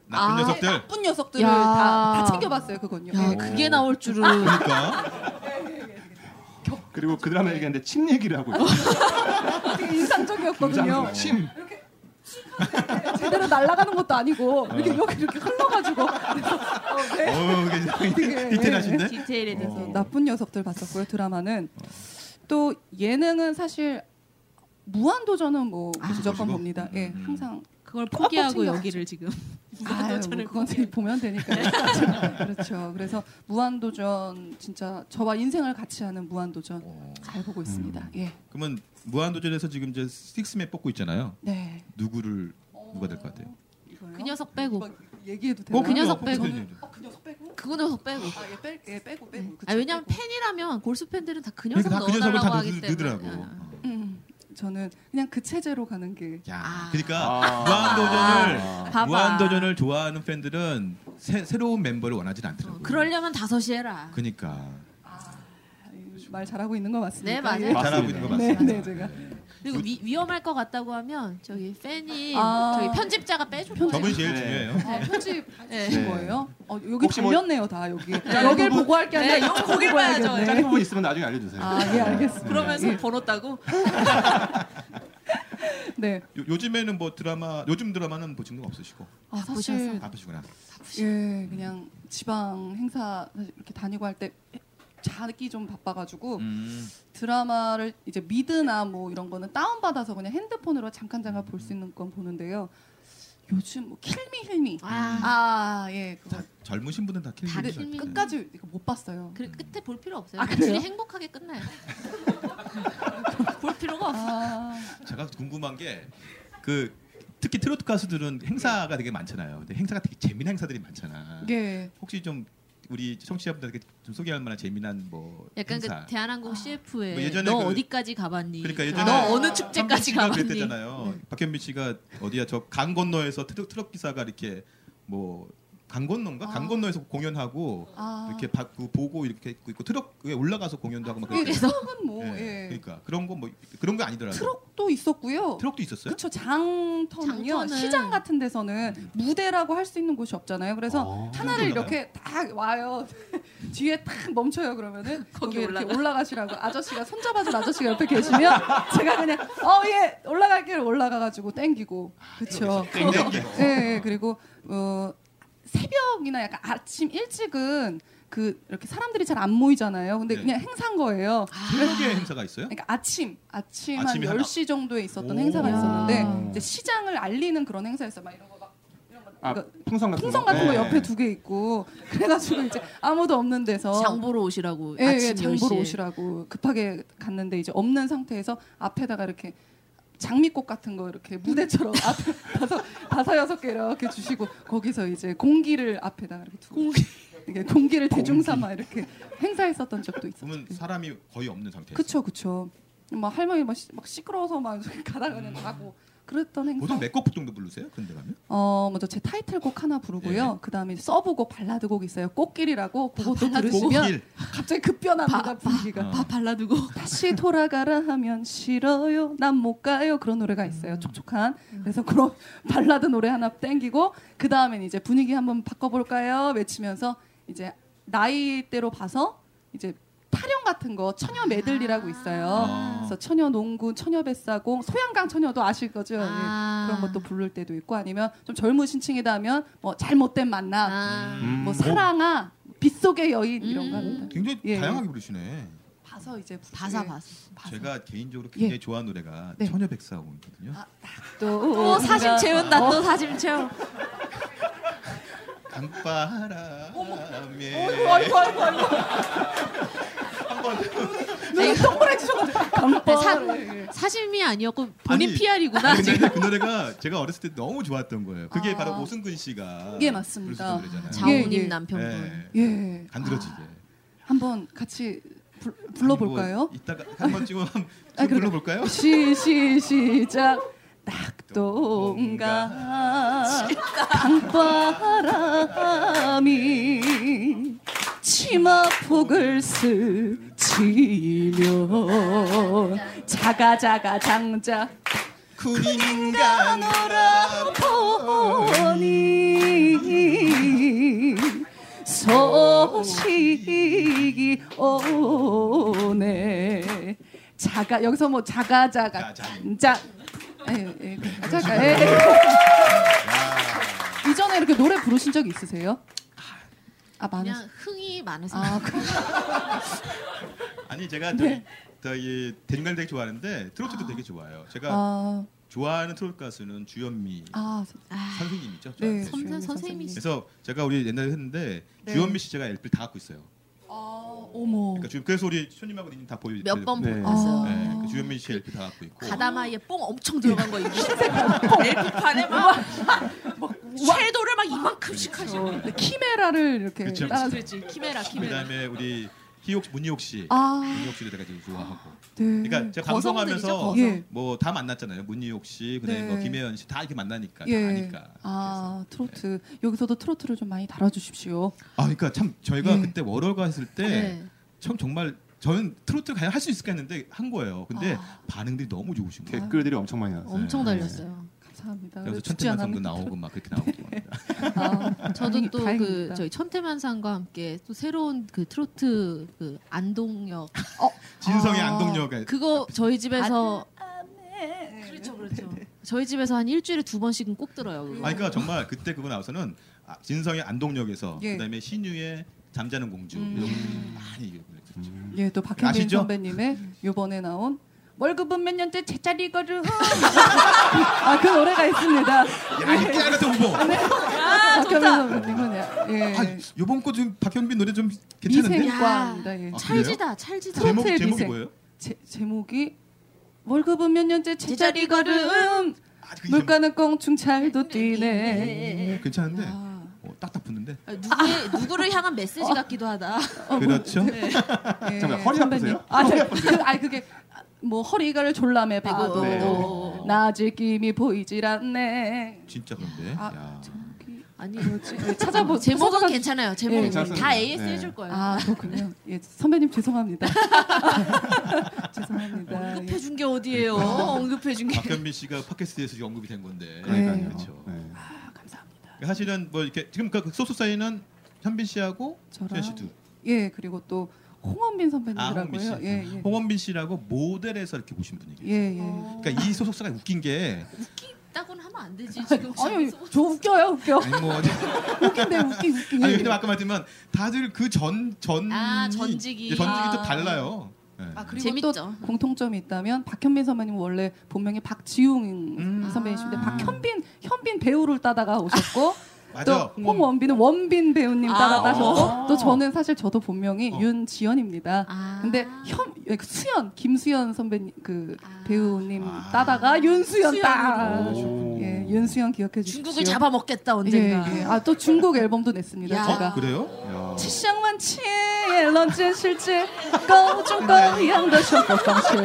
Speaker 5: 나쁜
Speaker 4: 아.
Speaker 5: 녀석들.
Speaker 7: 나쁜 녀석들을
Speaker 4: 야.
Speaker 7: 다, 다 챙겨봤어요 그건요.
Speaker 4: 야
Speaker 7: 예.
Speaker 4: 네, 그게 나올 줄은
Speaker 7: 아,
Speaker 5: 그러니까
Speaker 1: 그리고 그 드라마 얘기하는데 침 얘기를 하고 있어요.
Speaker 7: 되게 인상적이었거든요. 네,
Speaker 1: 김상중
Speaker 5: 네.
Speaker 1: 침.
Speaker 7: 제대로 날아가는 것도 아니고 이렇게 이렇게
Speaker 5: [LAUGHS]
Speaker 7: 이렇게 흘러가지고 그래서 어, 네.
Speaker 5: 어, 굉장히
Speaker 7: 되게, 네?
Speaker 5: 디테일하신데.
Speaker 4: 디테일에 대해서
Speaker 7: 그래서 나쁜 녀석들 봤었고요 드라마는 또 예능은 사실 무한도전은 뭐 무조건
Speaker 5: 보시고?
Speaker 7: 봅니다. 예,
Speaker 5: 음.
Speaker 7: 항상
Speaker 4: 그걸
Speaker 7: 꼭
Speaker 4: 포기하고
Speaker 7: 챙겨가지고.
Speaker 4: 여기를 지금
Speaker 7: 아유,
Speaker 4: 무한도전을
Speaker 7: 뭐 그건 저희 보면 되니까 요 [LAUGHS] 그렇죠. 그래서 무한도전 진짜 저와 인생을 같이 하는 무한도전
Speaker 5: 어.
Speaker 7: 잘 보고 있습니다. 예,
Speaker 5: 그러면 무한도전에서 지금 이제 식스맨 뽑고 있잖아요.
Speaker 7: 네.
Speaker 5: 누구를 누가 될 것 같아요?
Speaker 7: 이거요?
Speaker 4: 그 녀석 빼고
Speaker 7: 이거 얘기해도 되나요?
Speaker 5: 어,
Speaker 4: 그 녀석
Speaker 5: 그럼요.
Speaker 4: 빼고.
Speaker 5: 뽑히죠.
Speaker 7: 어, [LAUGHS] 그 녀석 빼고?
Speaker 4: 그 녀석 빼고.
Speaker 7: 아, 얘 빼, 얘 빼고 빼고. 그쵸,
Speaker 4: 아 왜냐면
Speaker 7: 빼고.
Speaker 4: 팬이라면 골수 팬들은 다 그 녀석
Speaker 5: 그러니까 다그 녀석을
Speaker 4: 넣어달라고
Speaker 5: 다 넣-
Speaker 4: 하기 때문에.
Speaker 5: 넣으더라고.
Speaker 4: 아.
Speaker 5: 어.
Speaker 7: 음, 저는 그냥 그 체제로 가는 게
Speaker 5: 야,
Speaker 4: 아.
Speaker 5: 그러니까
Speaker 1: 아.
Speaker 5: 무한도전을
Speaker 4: 봐봐.
Speaker 5: 무한도전을 좋아하는 팬들은 새, 새로운 멤버를 원하진 않더라고요.
Speaker 4: 어, 그러려면 다섯이 해라.
Speaker 5: 그러니까
Speaker 7: 말 잘하고 있는 거 맞습니까?
Speaker 4: 네, 맞아요.
Speaker 7: 예.
Speaker 5: 그렇죠. 잘하고 있는 거
Speaker 7: 네,
Speaker 5: 맞습니다.
Speaker 7: 네, 제가
Speaker 4: 그리고 위, 위험할 것 같다고 하면 저기 팬이
Speaker 7: 아.
Speaker 4: 저기 편집자가 빼줄 거예요.
Speaker 5: 저분이 제일
Speaker 1: 네.
Speaker 5: 중요해요.
Speaker 7: 아, 편집
Speaker 4: 네.
Speaker 7: 하신 거예요? 어, 여기
Speaker 1: 혹시 뭐-
Speaker 7: 달렸네요 다 여기. 여길
Speaker 1: 이거 뭐-
Speaker 7: 보고 할 게 아니라
Speaker 4: 네,
Speaker 7: 여기
Speaker 4: 이거
Speaker 7: 보고
Speaker 4: 보길 봐야죠.
Speaker 1: 짤
Speaker 7: 해야겠네.
Speaker 1: 부분 있으면 나중에 알려주세요.
Speaker 7: 아, 예, 알겠습니다.
Speaker 4: 그러면서 [LAUGHS] 번호 따고
Speaker 7: 네.
Speaker 5: 요, 요즘에는 뭐 드라마 요즘 드라마는 보신 거 없으시고
Speaker 7: 아,
Speaker 4: 음.
Speaker 7: 사실
Speaker 5: 바쁘시구나.
Speaker 7: 예, 그냥 지방 행사 사실 이렇게 다니고 할 때 자기 좀 바빠가지고
Speaker 5: 음.
Speaker 7: 드라마를 이제 미드나 뭐 이런 거는 다운 받아서 그냥 핸드폰으로 잠깐 잠깐 볼 수 있는 건 보는데요. 요즘 뭐 킬미 힐미
Speaker 4: 아,
Speaker 7: 아, 예. 그거 그
Speaker 5: 다 젊으신 분은 다
Speaker 4: 다
Speaker 5: 킬링이 네.
Speaker 4: 킬링.
Speaker 7: 끝까지 이거 못 봤어요.
Speaker 4: 그 끝에 볼 필요 없어요.
Speaker 7: 아, 그래요?
Speaker 4: 둘이 행복하게 끝나요. [LAUGHS] 볼 필요가 없어.
Speaker 7: 아,
Speaker 5: 제가 궁금한 게 그 특히 트로트 가수들은 행사가 되게 많잖아요. 근데 행사가 되게 재미난 행사들이 많잖아.
Speaker 4: 네.
Speaker 7: 예.
Speaker 5: 혹시 좀 우리 청취자분들에게 좀 소개할 만한 재미난 뭐
Speaker 4: 약간
Speaker 5: 행사.
Speaker 4: 그 대한항공 CF에
Speaker 5: 뭐 예전에
Speaker 4: 너
Speaker 5: 그-
Speaker 4: 어디까지 가봤니?
Speaker 5: 그러니까
Speaker 4: 저-
Speaker 5: 예전에
Speaker 4: 너 어느 축제까지
Speaker 5: 씨가
Speaker 4: 가봤니? 네.
Speaker 5: 그랬대잖아요. 박현민 씨가 어디야 저 강 건너에서 트럭 트럭 기사가 이렇게 뭐 강건너인가?
Speaker 4: 아.
Speaker 5: 강건너에서 공연하고
Speaker 4: 아.
Speaker 5: 이렇게 바, 그 보고 이렇게 있고 있고 트럭 위에 올라가서 공연도 하고 막 그렇게.
Speaker 4: 그래서
Speaker 7: 그건 뭐
Speaker 5: 예,
Speaker 7: 예.
Speaker 5: 그러니까 그런 거 뭐 그런 거 아니더라고요.
Speaker 7: 트럭도 있었고요.
Speaker 5: 트럭도 있었어요?
Speaker 7: 그쵸 장터는요
Speaker 4: 장터는.
Speaker 7: 시장 같은 데서는 무대라고 할 수 있는 곳이 없잖아요. 그래서
Speaker 1: 어,
Speaker 7: 하나를
Speaker 5: 음. 그럼 또
Speaker 7: 이렇게 딱 와요. [LAUGHS] 뒤에 딱 멈춰요 그러면은
Speaker 4: [LAUGHS] 거기
Speaker 7: 거기 이렇게
Speaker 4: 올라가.
Speaker 7: 올라가시라고 아저씨가 손잡아줄 아저씨가 옆에 계시면 [LAUGHS] 제가 그냥 어 예 올라갈길 올라가가지고 땡기고
Speaker 5: 아,
Speaker 7: 그렇죠. [LAUGHS] 예, 예 그리고 어 새벽이나 약간 아침 일찍은 그 이렇게 사람들이 잘 안 모이잖아요. 근데
Speaker 5: 네.
Speaker 7: 그냥 행사인 거예요.
Speaker 4: 아.
Speaker 5: 트럭의 행사가 있어요?
Speaker 7: 그러니까 아침 아침 한
Speaker 5: 아침에 하나.
Speaker 7: 10시 정도에 있었던
Speaker 5: 오.
Speaker 7: 행사가
Speaker 1: 야.
Speaker 4: 아.
Speaker 7: 있었는데 이제 시장을 알리는 그런 행사였어요. 막 이런 거 막 이런 거
Speaker 1: 아,
Speaker 7: 그러니까
Speaker 1: 풍선 같은
Speaker 7: 풍선
Speaker 1: 거.
Speaker 7: 같은 거
Speaker 1: 네.
Speaker 7: 옆에 두 개 있고 그래가지고 이제 아무도 없는 데서
Speaker 4: 장 보러 오시라고
Speaker 7: 예,
Speaker 4: 아침
Speaker 7: 예, 장 보러
Speaker 4: 10시에.
Speaker 7: 오시라고 급하게 갔는데 이제 없는 상태에서 앞에다가 이렇게 장미꽃 같은 거 이렇게 무대처럼 [LAUGHS] 앞에 다섯 다섯 여섯 개 이렇게 주시고 거기서 이제 공기를 앞에다가 이렇게 두고 공기 이게 공기를 대중 삼아 이렇게 행사했었던 적도 있어요.
Speaker 5: 그러면 사람이 거의 없는 상태에서
Speaker 7: 그쵸 그쵸. 막 할머니 막, 시, 막 시끄러워서 막 [LAUGHS] 저기 가다가 그냥 가고 그랬던 행사.
Speaker 5: 보통 몇곡 정도 부르세요? 근데 가면?
Speaker 7: 어 먼저 제 타이틀곡 하나 부르고요. 그다음에 서브곡 발라드곡 있어요. 꽃길이라고 아. 그것도 들으시면
Speaker 5: 곡길. 아,
Speaker 7: 갑자기 급변합니다 분위기가.
Speaker 4: 밥 발라두고
Speaker 7: 다시 돌아가라 하면 싫어요. 난 못 가요. 그런 노래가 있어요. 촉촉한. 그래서 그런 발라드 노래 하나 땡기고 그 다음엔 이제 분위기 한번 바꿔볼까요? 외치면서 이제 나이대로 봐서 이제 타령 같은 거 처녀 메들리라고 있어요.
Speaker 5: 아.
Speaker 7: 그래서 처녀 농구, 처녀 뱃사공, 소양강 처녀도 아실 거죠. 예.
Speaker 4: 아.
Speaker 7: 그런 것도 부를 때도 있고 아니면 좀 젊으신 층이다 하면 뭐 잘못된 만남,
Speaker 4: 아.
Speaker 1: 음.
Speaker 7: 뭐 사랑아, 빗속의 여인 이런 거 합니다.
Speaker 5: 굉장히
Speaker 7: 예.
Speaker 5: 다양하게 부르시네.
Speaker 7: 봐서 이제
Speaker 4: 바사
Speaker 7: 예,
Speaker 4: 바사.
Speaker 7: 봐서.
Speaker 5: 제가 개인적으로 굉장히 좋아하는 노래가
Speaker 7: 예. 네.
Speaker 5: 처녀백사공이거든요.
Speaker 7: 아, 또,
Speaker 4: 또 사심
Speaker 7: 뭔가- 어,
Speaker 4: 채운다. 또 사심 채워.
Speaker 7: 어이구
Speaker 5: 감바람에
Speaker 7: 아이고 아이고 아이고 눈이 동그랗지셔가지고
Speaker 4: 네,
Speaker 7: 감바
Speaker 4: 사, 사심이 아니었고 본인
Speaker 5: 아니,
Speaker 4: PR이구나.
Speaker 5: 근데 그 노래가 제가 어렸을 때 너무 좋았던 거예요. 그게
Speaker 7: 아.
Speaker 5: 바로 오승근 씨가
Speaker 7: 예, 맞습니다.
Speaker 5: 부르시던 노래잖아요.
Speaker 4: 장훈님
Speaker 7: 예, 예.
Speaker 4: 남편분.
Speaker 5: 예.
Speaker 7: 예
Speaker 5: 간드러지게.
Speaker 7: 한번 같이 불, 불러볼까요?
Speaker 5: 뭐 이따가 한 번쯤은 한-
Speaker 7: [LAUGHS] 아,
Speaker 5: 좀
Speaker 7: 그래요?
Speaker 5: 불러볼까요?
Speaker 7: 시 시 시작 낙동강 강바람이 치마폭을 스치며 자가자가 장작
Speaker 5: 군인가 노라
Speaker 7: 보니 소식이 오네 자가 여기서 뭐 자가자가 자 예, 예, 자가 예, 예. 이전에 이렇게 노래 부르신 적 있으세요? 아 많으세요.
Speaker 4: 그냥 흥이 많으세요.
Speaker 7: 아 그,
Speaker 5: 아니 제가
Speaker 7: 네.
Speaker 5: 저기 저기 대중가를 되게 좋아하는데 트로트도 되게 좋아해요. 제가
Speaker 7: 아,
Speaker 5: 좋아하는 트로트 가수는 주현미
Speaker 7: 아
Speaker 5: 선생님이죠. 저한테.
Speaker 7: 네.
Speaker 4: 선생
Speaker 7: 주현미
Speaker 4: 선생님이 네.
Speaker 5: 그래서 제가 우리 옛날에 했는데 주현미 씨 제가 LP 를다 갖고 있어요.
Speaker 7: 아, 어머.
Speaker 5: 그러니까 지금 그래서 우리 손님하고 니님 다 보여.
Speaker 4: 몇 번
Speaker 1: 네.
Speaker 4: 보셨어요.
Speaker 5: 네, 그 주현미 씨 LP 다 갖고 있고.
Speaker 4: 가다마에 뽕 엄청 들어간 거 있고 LP판에 막, 막 섀도를 막 이만큼씩 하시고
Speaker 7: 어, 근데 키메라를 이렇게
Speaker 5: 그쵸,
Speaker 7: 따라
Speaker 4: 그러니까
Speaker 7: 네.
Speaker 4: 그렇지 키메라 키메라
Speaker 5: 그다음에 우리 희옥 문희옥 씨,
Speaker 7: 아,
Speaker 5: 문희옥 씨도 제가 되게 좋아하고.
Speaker 7: 네.
Speaker 5: 그러니까 제가
Speaker 4: 음, 거성들이죠,
Speaker 5: 방송하면서
Speaker 4: 거성.
Speaker 7: 예.
Speaker 5: 뭐 다 만났잖아요. 문희옥 씨, 그다음에
Speaker 7: 네.
Speaker 5: 뭐 김혜연 씨 다 이렇게 만나니까
Speaker 4: 예.
Speaker 5: 다 아니까.
Speaker 7: 예.
Speaker 5: 네.
Speaker 7: 아 트로트 여기서도 트로트를 좀 많이 달아주십시오.
Speaker 5: 아, 그러니까 참 저희가
Speaker 7: 예.
Speaker 5: 그때 월월가 했을 때 참
Speaker 4: 네.
Speaker 5: 정말 저는 트로트 과연 할수 있을까 했는데 한 거예요. 근데
Speaker 4: 아.
Speaker 5: 반응들이 너무 좋으신 거예요.
Speaker 1: 댓글들이 엄청 많이 나왔어요.
Speaker 4: 엄청 달렸어요.
Speaker 7: 감사합니다.
Speaker 5: 그래서
Speaker 7: 그래도
Speaker 5: 천
Speaker 7: 죽지
Speaker 5: 태만
Speaker 7: 않았는데.
Speaker 5: 성도 나오고 막 그렇게 나오고.
Speaker 7: 아,
Speaker 4: 저도
Speaker 7: 다행이-
Speaker 4: 또 그
Speaker 7: 다행입니다.
Speaker 4: 저희 천태만상과 함께 또 새로운 그 트로트 그 안동역
Speaker 5: [LAUGHS] 진성의
Speaker 7: 아,
Speaker 5: 안동역에
Speaker 4: 그거 저희 집에서
Speaker 7: 네.
Speaker 4: 그렇죠 그렇죠 저희 집에서 한 일주일에 두 번씩은 꼭 들어요. 그거.
Speaker 5: 아니, 그러니까 정말 그때 그거 나와서는 아, 진성의 안동역에서
Speaker 7: 예.
Speaker 5: 그다음에 신유의 잠자는 공주
Speaker 7: 음.
Speaker 5: 이런 거 많이 이게 불렀죠.
Speaker 7: 예, 또 박현빈
Speaker 5: 아시죠? [LAUGHS]
Speaker 7: 선배님의 요번에 나온 월급은 몇 년째
Speaker 5: [LAUGHS]
Speaker 7: 제자리 걸음 아그 노래가 있습니다.
Speaker 5: 야, 이 깨알같은 후보.
Speaker 7: 박현빈 선배님은 예,
Speaker 5: 아, 요번 거 지금 박현빈 노래 좀 괜찮은데?
Speaker 7: 미생과입니다. 예.
Speaker 5: 아,
Speaker 4: 찰지다 찰지다
Speaker 5: 제목
Speaker 7: 트로트의
Speaker 5: 제목이
Speaker 7: 미생.
Speaker 5: 뭐예요?
Speaker 7: 제, 제목이 월급은 몇 년째 제자리 걸음
Speaker 5: 아, 그게 제목
Speaker 7: 물가는 꽁충
Speaker 4: 네,
Speaker 7: 잘도
Speaker 4: 예,
Speaker 7: 뛰네.
Speaker 5: 괜찮은데. 어, 딱딱 붙는데.
Speaker 4: 아, 누구의 누구를 향한 메시지 같기도 하다.
Speaker 5: 그렇죠.
Speaker 7: 예,
Speaker 1: 잠깐, 허리
Speaker 7: 선배님.
Speaker 1: 아프세요?
Speaker 7: 아, 저, 그, 아니 그게 아, 뭐 허리가를 졸라매 봐도
Speaker 1: 네.
Speaker 7: 나질 김이 보이질 않네.
Speaker 5: 진짜 그런데.
Speaker 7: 아,
Speaker 5: 야.
Speaker 7: 저기
Speaker 4: 아니
Speaker 7: 뭐지? 예, 찾아보
Speaker 4: 제목은
Speaker 7: 찾아가-
Speaker 4: 괜찮아요. 제목은
Speaker 1: 괜찮습니다.
Speaker 4: 다 AS
Speaker 1: 네.
Speaker 4: 해줄 거예요.
Speaker 7: 아 그렇군요. 예, 선배님 죄송합니다. [LAUGHS] 죄송합니다. 예.
Speaker 4: 언급해 준 게 어디예요?
Speaker 5: 네.
Speaker 4: [LAUGHS] 언급해 준 게.
Speaker 5: 박현빈 씨가 팟캐스트에서 언급이 된 건데.
Speaker 1: 그러니까요.
Speaker 5: 그렇죠.
Speaker 1: 네.
Speaker 7: 아, 감사합니다.
Speaker 5: 사실은 뭐 이렇게 지금 그 소수 사이는 현빈 씨하고
Speaker 7: 저랑
Speaker 5: 수현 씨 두.
Speaker 7: 예 그리고 또 홍원빈
Speaker 5: 아, 홍원빈
Speaker 7: 선배님이라고요.
Speaker 5: 씨.
Speaker 7: 예, 예.
Speaker 5: 홍원빈 씨라고 모델에서 이렇게 보신 분이에요.
Speaker 7: 예, 예.
Speaker 4: 어,
Speaker 5: 그러니까 이 소속사가 웃긴 게
Speaker 4: 웃기다고는 하면 안 되지 지금.
Speaker 7: 아니 저 웃겨요 웃겨
Speaker 5: 아니 뭐
Speaker 7: 웃긴데 웃기 웃기
Speaker 5: 아니 근데 아까 말했지만 다들 그 전 전
Speaker 4: 아, 전직이.
Speaker 5: 전직이 또
Speaker 4: 아.
Speaker 5: 달라요. 예.
Speaker 7: 아, 그리고
Speaker 4: 재밌죠.
Speaker 7: 또 공통점이 있다면 박현빈 선배님 원래 본명이 박지웅
Speaker 5: 음.
Speaker 7: 선배이신데
Speaker 4: 아.
Speaker 7: 박현빈 현빈 배우를 따다가 오셨고 또
Speaker 5: 맞아. 홍원
Speaker 7: 홍원빈은 원빈 배우님
Speaker 4: 아.
Speaker 7: 따라다셨고
Speaker 5: 어.
Speaker 7: 또 저는 사실 저도 본명이
Speaker 5: 어.
Speaker 7: 윤지연입니다.
Speaker 4: 아.
Speaker 7: 근데 현 예, 그 수연 김수연 선배님 그
Speaker 4: 아.
Speaker 7: 배우님
Speaker 5: 아.
Speaker 7: 따다가 윤수연 딱.
Speaker 4: 수연으로.
Speaker 7: 예, 윤수연 기억해 주십시오.
Speaker 4: 중국을 잡아먹겠다 언젠가.
Speaker 7: 예, 예. 아또 중국 앨범도 냈습니다.
Speaker 4: 야.
Speaker 7: 제가.
Speaker 5: 어, 그래요?
Speaker 7: 气象万千，浪尖世界，各种各样的生活方式。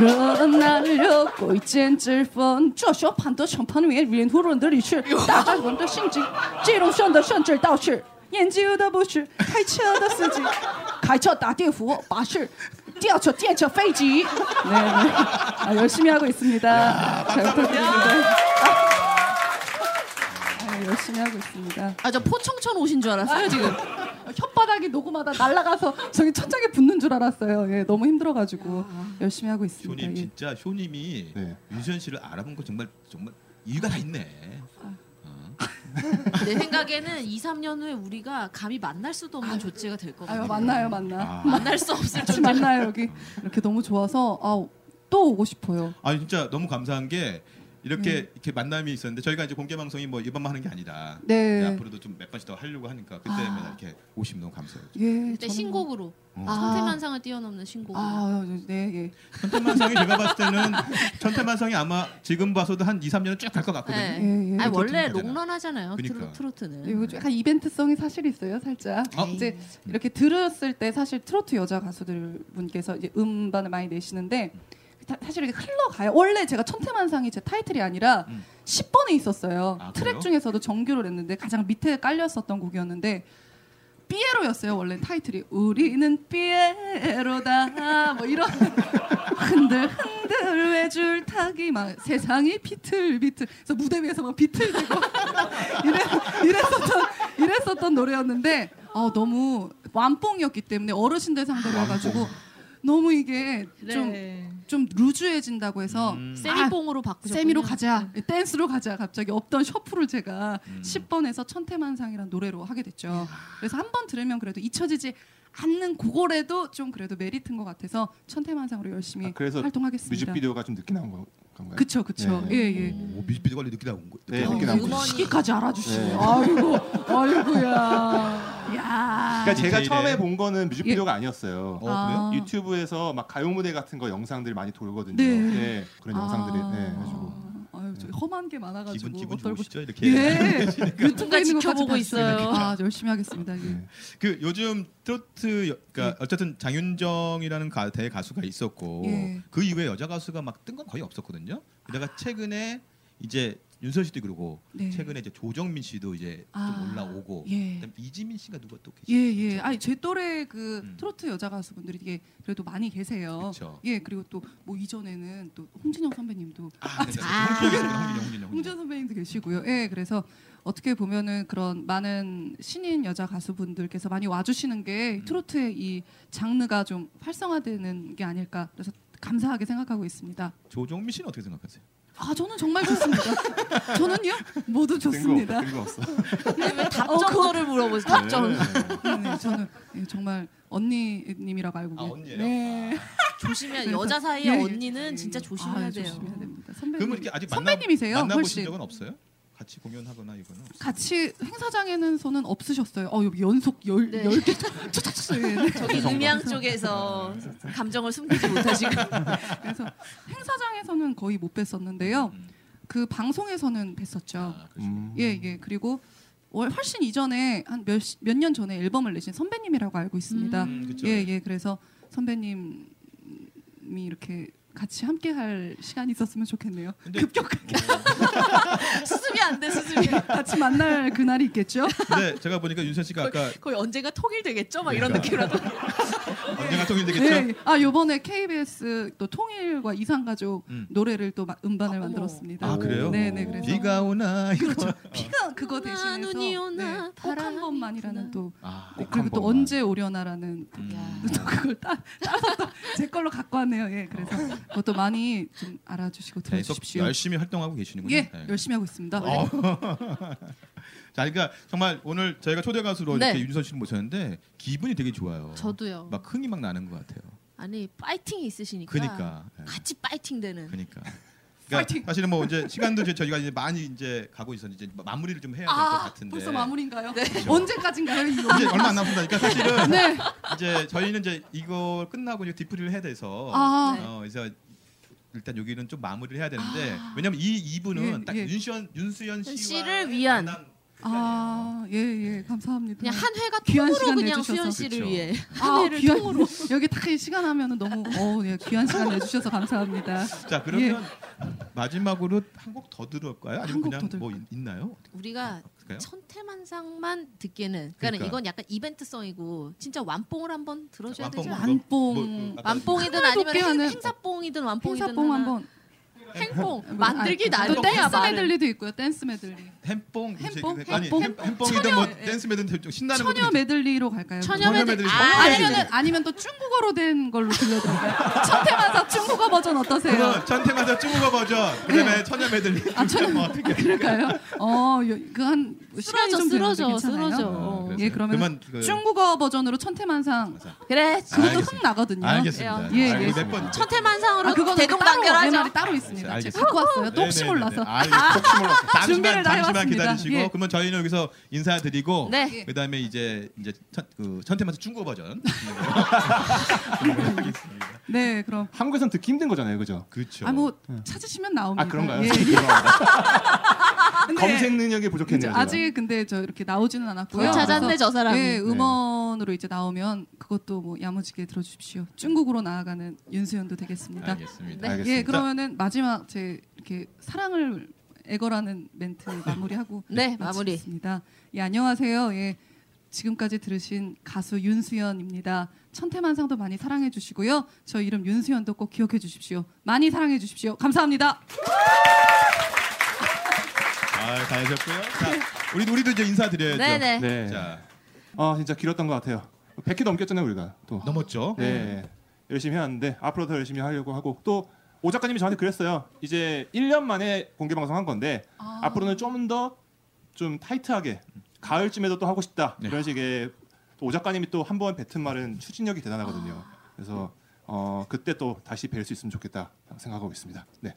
Speaker 7: 热闹热狗一见之分，这小盘的长盘里面连突人的理事，大家人的性质，这种上的甚至道士，研究的不是开车的司机，开车打地服巴士。吊车、电车、飞机，네네아열심히하고있습니다잘부탁드립니다아열심히하고있습니다
Speaker 4: 아 저 포청천 오신 줄 알았어요 지금.
Speaker 7: 혓바닥이 녹음하다 날아가서 저기 천장에 붙는 줄 알았어요. 예, 너무 힘들어가지고 열심히 하고 있습니다.
Speaker 5: 쇼님
Speaker 7: 예.
Speaker 5: 진짜 쇼님이
Speaker 1: 네.
Speaker 5: 윤수현 씨를 알아본 거 정말 정말 이유가 다 있네.
Speaker 7: 네.
Speaker 4: 내 생각에는 2, 3년 후에 우리가 감히 만날 수도 없는 존재가 될 것
Speaker 7: 아유
Speaker 4: 같아요.
Speaker 7: 만나요 만나.
Speaker 5: 아,
Speaker 4: 만날 수 없을
Speaker 7: 같이
Speaker 4: 존재.
Speaker 7: 만나요 여기. 이렇게 너무 좋아서 아, 또 오고 싶어요.
Speaker 5: 아니 진짜 너무 감사한 게 이렇게 이렇게 만남이 있었는데 저희가 이제 공개 방송이 뭐 이번만 하는 게 아니라 이제
Speaker 7: 네.
Speaker 5: 앞으로도 좀 몇 번씩 더 하려고 하니까 그때 면 이렇게 오시면 너무 감사해요.
Speaker 7: 예.
Speaker 4: 그때 네,
Speaker 7: 저는-
Speaker 4: 신곡으로
Speaker 5: 음.
Speaker 7: 아.
Speaker 4: 천태만상을 뛰어넘는 신곡. 아.
Speaker 7: 아, 네, 예.
Speaker 5: 천태만성이 제가 봤을 때는 천태만성이 아마 지금 봐서도 한 2, 3년은 쭉 갈 것 같거든요.
Speaker 4: 네.
Speaker 7: 예, 예.
Speaker 4: 아니 원래
Speaker 5: 트로트는 되잖아.
Speaker 4: 롱런하잖아요.
Speaker 5: 그렇죠, 그러니까.
Speaker 4: 트로, 트는
Speaker 7: 이거 좀 약간 이벤트성이 사실 있어요, 살짝.
Speaker 5: 어?
Speaker 7: 이제
Speaker 4: 네.
Speaker 7: 이렇게 들었을 때 사실 트로트 여자 가수들 분께서 이제 음반을 많이 내시는데 다- 사실 이렇게 흘러가요. 원래 제가 천태만상이 제 타이틀이 아니라
Speaker 5: 음.
Speaker 7: 10번에 있었어요.
Speaker 5: 아, 그래요?
Speaker 7: 트랙 중에서도 정규로 냈는데 가장 밑에 깔렸었던 곡이었는데 삐에로였어요. 원래 타이틀이 우리는 삐에로다 뭐 이런 [LAUGHS] 흔들 흔들 외줄 타기 막 세상이 비틀 비틀 그래서 무대 위에서 막 비틀대고 [LAUGHS] 이래 이랬었던 이랬었던 노래였는데 아 너무 완뽕이었기 때문에 어르신들
Speaker 5: 아,
Speaker 7: 상대로 해가지고 너무 이게 좀 좀 루즈해진다고 해서
Speaker 4: 세미봉으로 바꾸셨군요.
Speaker 7: 음. 아, 세미로 가자
Speaker 4: 음.
Speaker 7: 댄스로 가자 갑자기 없던 셔프를 제가
Speaker 1: 음.
Speaker 7: 10번에서 천태만상이라는 노래로 하게 됐죠 그래서 한 번 들으면 그래도 잊혀지지 않는 그거라도 좀 그래도 메리트인 것 같아서 천태만상으로 열심히
Speaker 1: 아, 그래서
Speaker 7: 활동하겠습니다
Speaker 1: 뮤직비디오가 좀 늦게 나온 거- 건가요?
Speaker 7: 그쵸 그쵸
Speaker 1: 네.
Speaker 7: 예예
Speaker 5: 오, 뮤직비디오 관리 느끼다 온 거.
Speaker 1: 네,
Speaker 4: 어,
Speaker 1: 늦게 나온 거.
Speaker 4: 음원이-
Speaker 7: 시기까지 알아주시네
Speaker 1: 네.
Speaker 7: 아이고 아이고야 야
Speaker 1: 그러니까 제가
Speaker 5: 디테일에-
Speaker 1: 처음에 본 거는 뮤직비디오가 아니었어요.
Speaker 5: 네, 어, 그래요?
Speaker 7: 아.
Speaker 1: 유튜브에서 막 가요 무대 같은 거 영상들이 많이 돌거든요.
Speaker 7: 네.
Speaker 1: 그런 영상들이
Speaker 7: 아.
Speaker 1: 네, 해가지고
Speaker 7: 아유, 저 험한 게 많아가지고
Speaker 5: 음. 기분 기분
Speaker 7: 어떨고
Speaker 5: 좋으시죠 이렇게. [LAUGHS]
Speaker 7: 예.
Speaker 5: 그러니까
Speaker 7: 유튜브에
Speaker 4: 누가
Speaker 7: 있는 것까지
Speaker 4: 지켜보고
Speaker 7: 봤어요.
Speaker 4: 있어요.
Speaker 7: 아,
Speaker 5: [LAUGHS]
Speaker 7: 열심히 하겠습니다. 예.
Speaker 1: 네.
Speaker 5: 그 요즘 트로트 여, 그러니까 어쨌든 장윤정이라는 가, 대 가수가 있었고
Speaker 7: 예.
Speaker 5: 그 이후에 여자 가수가 막 뜬 건 거의 없었거든요. 그러다가 최근에 이제 윤선 씨도 그러고
Speaker 7: 네.
Speaker 5: 최근에 이제 조정민 씨도 이제
Speaker 7: 아,
Speaker 5: 좀 올라오고
Speaker 7: 예.
Speaker 5: 그다음 이지민 씨가 누가 또 그렇죠. 계시죠?
Speaker 7: 예, 예. 아니 제 또래 그
Speaker 5: 음.
Speaker 7: 트로트 여자 가수분들이 이게 그래도 많이 계세요.
Speaker 5: 그쵸.
Speaker 7: 예, 그리고 또 뭐 이전에는 또 홍진영 선배님도
Speaker 5: 아, 네, 네.
Speaker 4: 아.
Speaker 5: 홍진영, 홍진영, 홍진영,
Speaker 7: 홍진
Speaker 5: 홍진영.
Speaker 7: 선배님도 계시고요. 예, 그래서 어떻게 보면은 그런 많은 신인 여자 가수분들께서 많이 와주시는
Speaker 5: 음.
Speaker 7: 게 트로트의 이 장르가 좀 활성화되는 게 아닐까. 그래서 감사하게 생각하고 있습니다.
Speaker 5: 조정민 씨는 어떻게 생각하세요?
Speaker 7: 아, 저는 정말
Speaker 5: [LAUGHS]
Speaker 7: 좋습니다. 저는요, 모두 좋습니다.
Speaker 1: 뜬거 없어.
Speaker 4: 왜
Speaker 7: 어,
Speaker 4: 답정서를 물어보세요. 답정.
Speaker 7: 네, 네, 저는 예, 정말 언니님이라고 알고
Speaker 5: 아,
Speaker 7: 계세요.
Speaker 5: 언니예요?
Speaker 7: 네.
Speaker 4: 조심해.
Speaker 7: 그래서-
Speaker 4: 여자 사이에
Speaker 7: 예,
Speaker 8: 네.
Speaker 7: 예.
Speaker 4: 언니는 진짜 조심해야
Speaker 7: 아,
Speaker 4: 돼요.
Speaker 7: 조심해야 됩니다. 선배님.
Speaker 5: 그러면 이렇게 아직 만나,
Speaker 7: 선배님이세요?
Speaker 5: 만나보신
Speaker 7: 훨씬.
Speaker 5: 적은 없어요? 같이 공연하거나 이거는 없어요?
Speaker 7: 같이 행사장에는 서는 없으셨어요. 어, 여기 연속 열
Speaker 4: 네.
Speaker 7: 10개 쳤쳤쳤어요. 네,
Speaker 8: 네.
Speaker 4: 저기 음양 쪽에서 감정을 숨기지 못하시고
Speaker 7: 그래서 행사장에서는 거의 못 뵀었는데요.
Speaker 5: 음.
Speaker 7: 그 방송에서는 뵀었죠.
Speaker 5: 아, 그러시구나.
Speaker 1: 음.
Speaker 7: 예, 예. 그리고 월- 훨씬 이전에 한 몇 몇 년 전에 앨범을 내신 선배님이라고 알고 있습니다.
Speaker 5: 음, 그쵸.
Speaker 7: 예, 예. 그래서 선배님이 이렇게 같이 함께 할 시간이 있었으면 좋겠네요.
Speaker 5: 근데- 어.
Speaker 7: 급격하게
Speaker 4: 수습이 안 돼. 수습이.
Speaker 7: 같이
Speaker 8: 같이 만날 그날이 있겠죠?
Speaker 5: [LAUGHS] 근데 제가 보니까 윤선 씨가
Speaker 8: [LAUGHS]
Speaker 5: 아까
Speaker 8: 네.
Speaker 4: 거의 언젠가 통일되겠죠? 막 이런 느낌으로
Speaker 5: 언젠가 통일되겠죠?
Speaker 8: 네. 아 요번에 KBS 또 통일과 이상가족
Speaker 5: 음.
Speaker 8: 노래를 또 마- 음반을
Speaker 4: 어머.
Speaker 8: 만들었습니다.
Speaker 5: 아 그래요?
Speaker 8: 네네 그래서 그렇죠.
Speaker 5: 비가 오나 이거.
Speaker 8: 피가 그거 대신해서
Speaker 4: 눈이 오나
Speaker 8: 네, 꼭한
Speaker 4: 바람이 부나.
Speaker 8: 번만이라는 또
Speaker 5: [LAUGHS] 아, 음.
Speaker 8: 네, 그리고 또 언제 오려나라는
Speaker 5: 네,
Speaker 4: 야.
Speaker 8: 또 그걸 따, 따서 또제 걸로 갖고 왔네요. 예, 그래서 그것도 많이 좀 알아주시고
Speaker 5: 어. 네, 계속
Speaker 8: 들어주십시오.
Speaker 5: 열심히 활동하고 계시는군요.
Speaker 8: 예,
Speaker 5: 네.
Speaker 8: 열심히 하고 있습니다.
Speaker 5: 어. [LAUGHS] 자, 그러니까 정말 오늘 저희가 초대 가수로
Speaker 4: 네.
Speaker 5: 이렇게 윤선 씨를 모셨는데 기분이 되게 좋아요.
Speaker 4: 저도요.
Speaker 5: 막 흥이 막 나는 것 같아요.
Speaker 4: 아니 파이팅이 있으시니까.
Speaker 5: 그니까. 예.
Speaker 4: 같이 파이팅되는.
Speaker 5: 그러니까.
Speaker 8: 그러니까. 아, 파이팅!
Speaker 5: 그러니까 사실은 뭐 이제 시간도 이제 저희가 이제 많이 이제 가고 있어서 이제 뭐 마무리를 좀 해야 될 것
Speaker 8: 아,
Speaker 5: 같은데.
Speaker 8: 벌써 마무리인가요?
Speaker 5: 그렇죠.
Speaker 8: [LAUGHS] 언제까지인가요? 이
Speaker 5: 이제 얼마 안 남았다니까 사실은
Speaker 8: [LAUGHS] 네.
Speaker 5: 이제 저희는 이제 이거 끝나고 이제 디프리를 해야 돼서
Speaker 8: 아.
Speaker 4: 네.
Speaker 5: 어, 그래서 일단 여기는 좀 마무리를 해야 되는데 왜냐면 이 이분은
Speaker 8: 아. 예,
Speaker 5: 딱
Speaker 8: 예.
Speaker 5: 윤수연 윤수연
Speaker 4: 씨를
Speaker 5: 씨와의
Speaker 4: 위한.
Speaker 5: 만남 시간이에요.
Speaker 8: 아, 예, 예, 감사합니다.
Speaker 4: 그냥 한 회가
Speaker 8: 귀한
Speaker 4: 통으로
Speaker 8: 시간
Speaker 4: 그냥
Speaker 8: 내주셔서.
Speaker 4: 수현 씨를
Speaker 5: 그쵸.
Speaker 4: 위해
Speaker 8: 아,
Speaker 4: 한 회를
Speaker 8: 귀한-
Speaker 4: 통으로.
Speaker 8: [LAUGHS] 여기 다 이 시간 하면은 너무 어, 예, 귀한 시간 내주셔서 감사합니다.
Speaker 5: 자 그러면 마지막으로 한 곡 더 들을까요?
Speaker 8: 예. 한
Speaker 5: 아니면
Speaker 8: 곡
Speaker 5: 그냥
Speaker 8: 더
Speaker 5: 뭐 있- 있나요?
Speaker 4: 우리가
Speaker 5: 어떨까요?
Speaker 4: 천태만상만 듣기에는 그러니까
Speaker 5: 그러니까.
Speaker 4: 는 이건 약간 이벤트성이고 진짜 완뽕을 한번 들어줘야 되지
Speaker 5: 완뽕.
Speaker 4: 않나?
Speaker 8: 완뽕,
Speaker 5: 뭐, 그 아까
Speaker 4: 완뽕이든 아니면
Speaker 8: 높게 하는-
Speaker 4: 행- 행사뽕이든 완뽕이든
Speaker 8: 어, 행사뽕
Speaker 4: 하나.
Speaker 8: 한번
Speaker 4: 행뽕 만들기
Speaker 8: 아, 또
Speaker 4: 나름이야
Speaker 8: 댄스
Speaker 4: 말은.
Speaker 8: 메들리도 있고요. 댄스 메들리.
Speaker 5: 햄뽕
Speaker 8: 햄뽕?
Speaker 5: 아니
Speaker 8: 햄뽕?
Speaker 5: 햄- 햄뽕이든 뭐 댄스 매든 좀 신나는 것도
Speaker 8: 처녀 메들리로 갈까요?
Speaker 4: 처녀
Speaker 5: 처녀
Speaker 4: 메들리.
Speaker 5: 메들리.
Speaker 4: 아,
Speaker 5: 처녀
Speaker 8: 아니면은
Speaker 4: 아니면은
Speaker 8: 아니면 또 중국어로 된 걸로 들려드릴까요? [LAUGHS] 천태만사 중국어 버전 어떠세요?
Speaker 5: 그럼 전태마다 쭈구가 버전 그다음에 처녀 매들리
Speaker 8: 아
Speaker 5: [LAUGHS]
Speaker 8: 처녀
Speaker 5: 어떻게 해요?
Speaker 8: 그럴까요? 어, 그한 시간이
Speaker 4: 쓰러져
Speaker 8: 좀 되는데
Speaker 4: 쓰러져
Speaker 8: 괜찮아요?
Speaker 4: 쓰러져.
Speaker 5: 아,
Speaker 4: 어.
Speaker 5: 그래서
Speaker 8: 예, 그러면
Speaker 5: 그, 아,
Speaker 8: 중국어 버전으로 천태만상
Speaker 4: 그래.
Speaker 8: 아, 그것도 흥
Speaker 5: 알겠습니다.
Speaker 8: 나거든요.
Speaker 5: 알겠습니다.
Speaker 8: 예,
Speaker 5: 아,
Speaker 8: 예.
Speaker 5: 이거 몇 번.
Speaker 4: 천태만상으로
Speaker 8: 아, 그거 따로 내
Speaker 4: 대동단결하죠.
Speaker 8: 말이 따로 있습니다.
Speaker 5: 알겠습니다.
Speaker 8: 제가 갖고 왔어요. 또 혹시
Speaker 5: 네네네네.
Speaker 8: 몰라서.
Speaker 5: 아, 예, 혹시 몰라서.
Speaker 8: 준비를
Speaker 5: 잠시만
Speaker 8: 다
Speaker 5: 잠시만
Speaker 8: 해왔습니다.
Speaker 5: 기다리시고
Speaker 8: 예.
Speaker 5: 그러면 저희는 여기서 인사드리고
Speaker 4: 네.
Speaker 5: 그다음에 이제 이제 천, 그 천태만사 중국어
Speaker 8: [LAUGHS]
Speaker 5: 버전.
Speaker 8: 네, 그럼
Speaker 1: 한국에선 듣기 힘든 거잖아요, 그죠?
Speaker 5: 그렇죠.
Speaker 8: 아 뭐 찾으시면 나옵니다.
Speaker 1: 아 그런가요?
Speaker 5: [LAUGHS]
Speaker 8: 예.
Speaker 1: 죄송합니다.
Speaker 8: 근데
Speaker 1: 검색 능력이 부족했네요. 제가.
Speaker 8: 아직 근데 저 이렇게 나오지는 않았고요.
Speaker 4: 뭘 찾았네
Speaker 8: 그래서
Speaker 4: 저 사람이.
Speaker 8: 예, 음원으로 이제 나오면 그것도 뭐 야무지게 들어주십시오. 중국으로 나아가는 윤수연도 되겠습니다.
Speaker 5: 알겠습니다.
Speaker 4: 네.
Speaker 1: 알겠습니다.
Speaker 8: 예, 그러면은 마지막 제 이렇게 사랑을 애거라는 멘트 마무리하고
Speaker 4: 네, 마무리.
Speaker 8: 마치겠습니다. 예, 안녕하세요. 예. 지금까지 들으신 가수 윤수연입니다. 천태만상도 많이 사랑해 주시고요. 저 이름 윤수연도 꼭 기억해 주십시오. 많이 사랑해 주십시오. 감사합니다.
Speaker 5: 아, 잘하셨고요. 자, 우리 우리도 이제 인사드려야죠.
Speaker 4: 네네.
Speaker 9: 네.
Speaker 5: 자,
Speaker 1: 아 진짜 길었던 것 같아요. 100회 넘겼잖아요 우리가 또.
Speaker 5: 넘었죠?
Speaker 1: 네. 열심히 하는데 앞으로 더 열심히 하려고 하고 또 오 작가님이 저한테 그랬어요. 이제 1년 만에 공개 방송한 건데 앞으로는 좀 더 좀 타이트하게 가을쯤에도 또 하고 싶다
Speaker 5: 네.
Speaker 1: 이런 식의 또 오 작가님이 또 한 번 뱉은 말은 추진력이 대단하거든요. 그래서 어, 그때 또 다시 뵐 수 있으면 좋겠다 생각하고 있습니다. 네.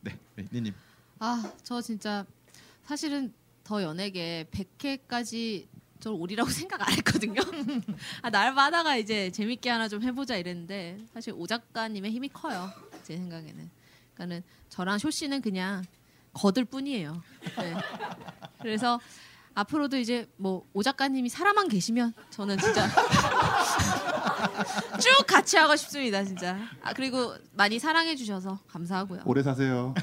Speaker 5: 네. 네, 니님.
Speaker 4: 아, 저 진짜 사실은 더 연예계 100회까지 저 오리라고 [LAUGHS] 생각 안 했거든요. 아, 날마다가 이제 재밌게 하나 좀 해보자 이랬는데 사실 오 작가님의 힘이 커요. 제 생각에는. 그러니까는 저랑 쇼 씨는 그냥 거들 뿐이에요. 네. 그래서 앞으로도 이제 뭐 오 작가님이 살아만 계시면 저는 진짜 [LAUGHS] 쭉 같이 하고 싶습니다, 진짜. 아, 그리고 많이 사랑해 주셔서 감사하고요.
Speaker 1: 오래 사세요.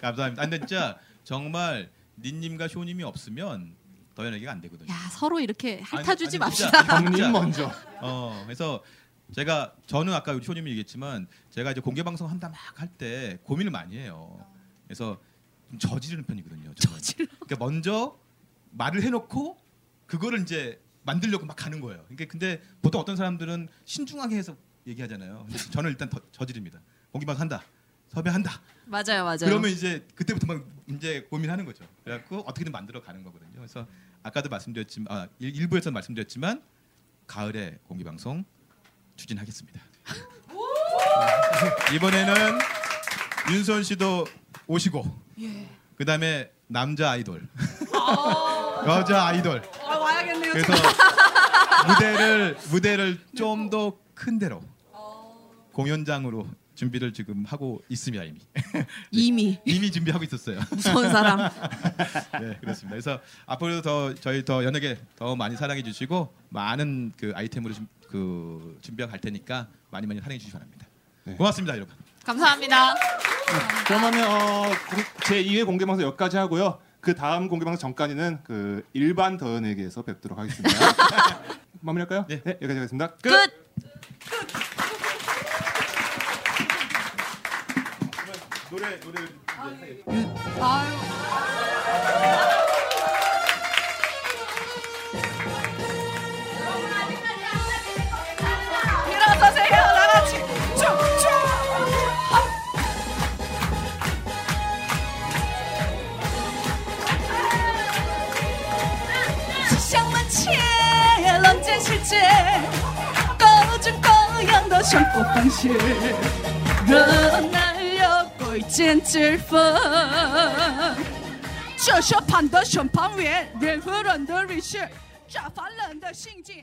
Speaker 5: 감사합니다. 아, 근데 진짜 정말 니님과 쇼님이 없으면 더 연예기가 안 되거든요.
Speaker 4: 야 서로 이렇게 핥아주지
Speaker 5: 아니, 아니, 진짜.
Speaker 4: 맙시다.
Speaker 1: 형님 먼저.
Speaker 5: 어, 그래서 제가 저는 아까 우리 쇼님이 얘기했지만 제가 이제 공개 방송 한다 막 할 때 고민을 많이 해요. 그래서 좀 저지르는 편이거든요. 저는. 그러니까 먼저 말을 해놓고 그거를 이제 만들려고 막 가는 거예요. 그러니까 근데 보통 어떤 사람들은 신중하게 해서 얘기하잖아요. 근데 저는 일단 더- 저지릅니다. 공개 방송 한다. 섭외한다.
Speaker 4: [LAUGHS] 맞아요, 맞아요.
Speaker 5: 그러면 이제 그때부터 막 이제 고민하는 거죠. 그래갖고 어떻게든 만들어 가는 거거든요. 그래서 아까도 말씀드렸지만 아, 일- 일부에서 말씀드렸지만 가을에 공개 방송 추진하겠습니다. [LAUGHS] 이번에는 윤선 씨도 오시고
Speaker 8: 예.
Speaker 5: 그다음에 남자 아이돌, [LAUGHS] 여자 아이돌.
Speaker 8: 와야겠네요. 네,
Speaker 5: 그래서 무대를 무대를 좀 더 큰 데로
Speaker 8: 아.
Speaker 5: 공연장으로 준비를 지금 하고 있습니다 이미.
Speaker 4: 이미
Speaker 5: 이미 준비하고 있었어요. [LAUGHS]
Speaker 4: 무서운 사람.
Speaker 5: 네, 그렇습니다. 그래서 앞으로도 더 저희 더 연예계 더 많이 사랑해 주시고 많은 그 아이템으로 준- 그 준비해 갈 테니까 많이 많이 사랑해 주시기 바랍니다.
Speaker 1: 네.
Speaker 5: 고맙습니다, 여러분.
Speaker 4: 감사합니다.
Speaker 1: 그러면 어, 제 2회 공개 방송 여기까지 하고요. 그 다음 공개 방송 전까지는 그 일반 더연에게서 뵙도록 하겠습니다. 마무리할까요?
Speaker 5: 네.
Speaker 1: 여기까지 하겠습니다. 끝.
Speaker 4: 끝.
Speaker 1: 노래 노래
Speaker 7: 아유.
Speaker 10: 일어서세요 다 같이 춤춰
Speaker 7: 시장만치에 런제 실제 꺼준 꺼양도 샴푸 방식 날려 꼴찐 질펀 쇼쇼 판더 션팡 위에 내 흐른 더 리실 자판런 더 신진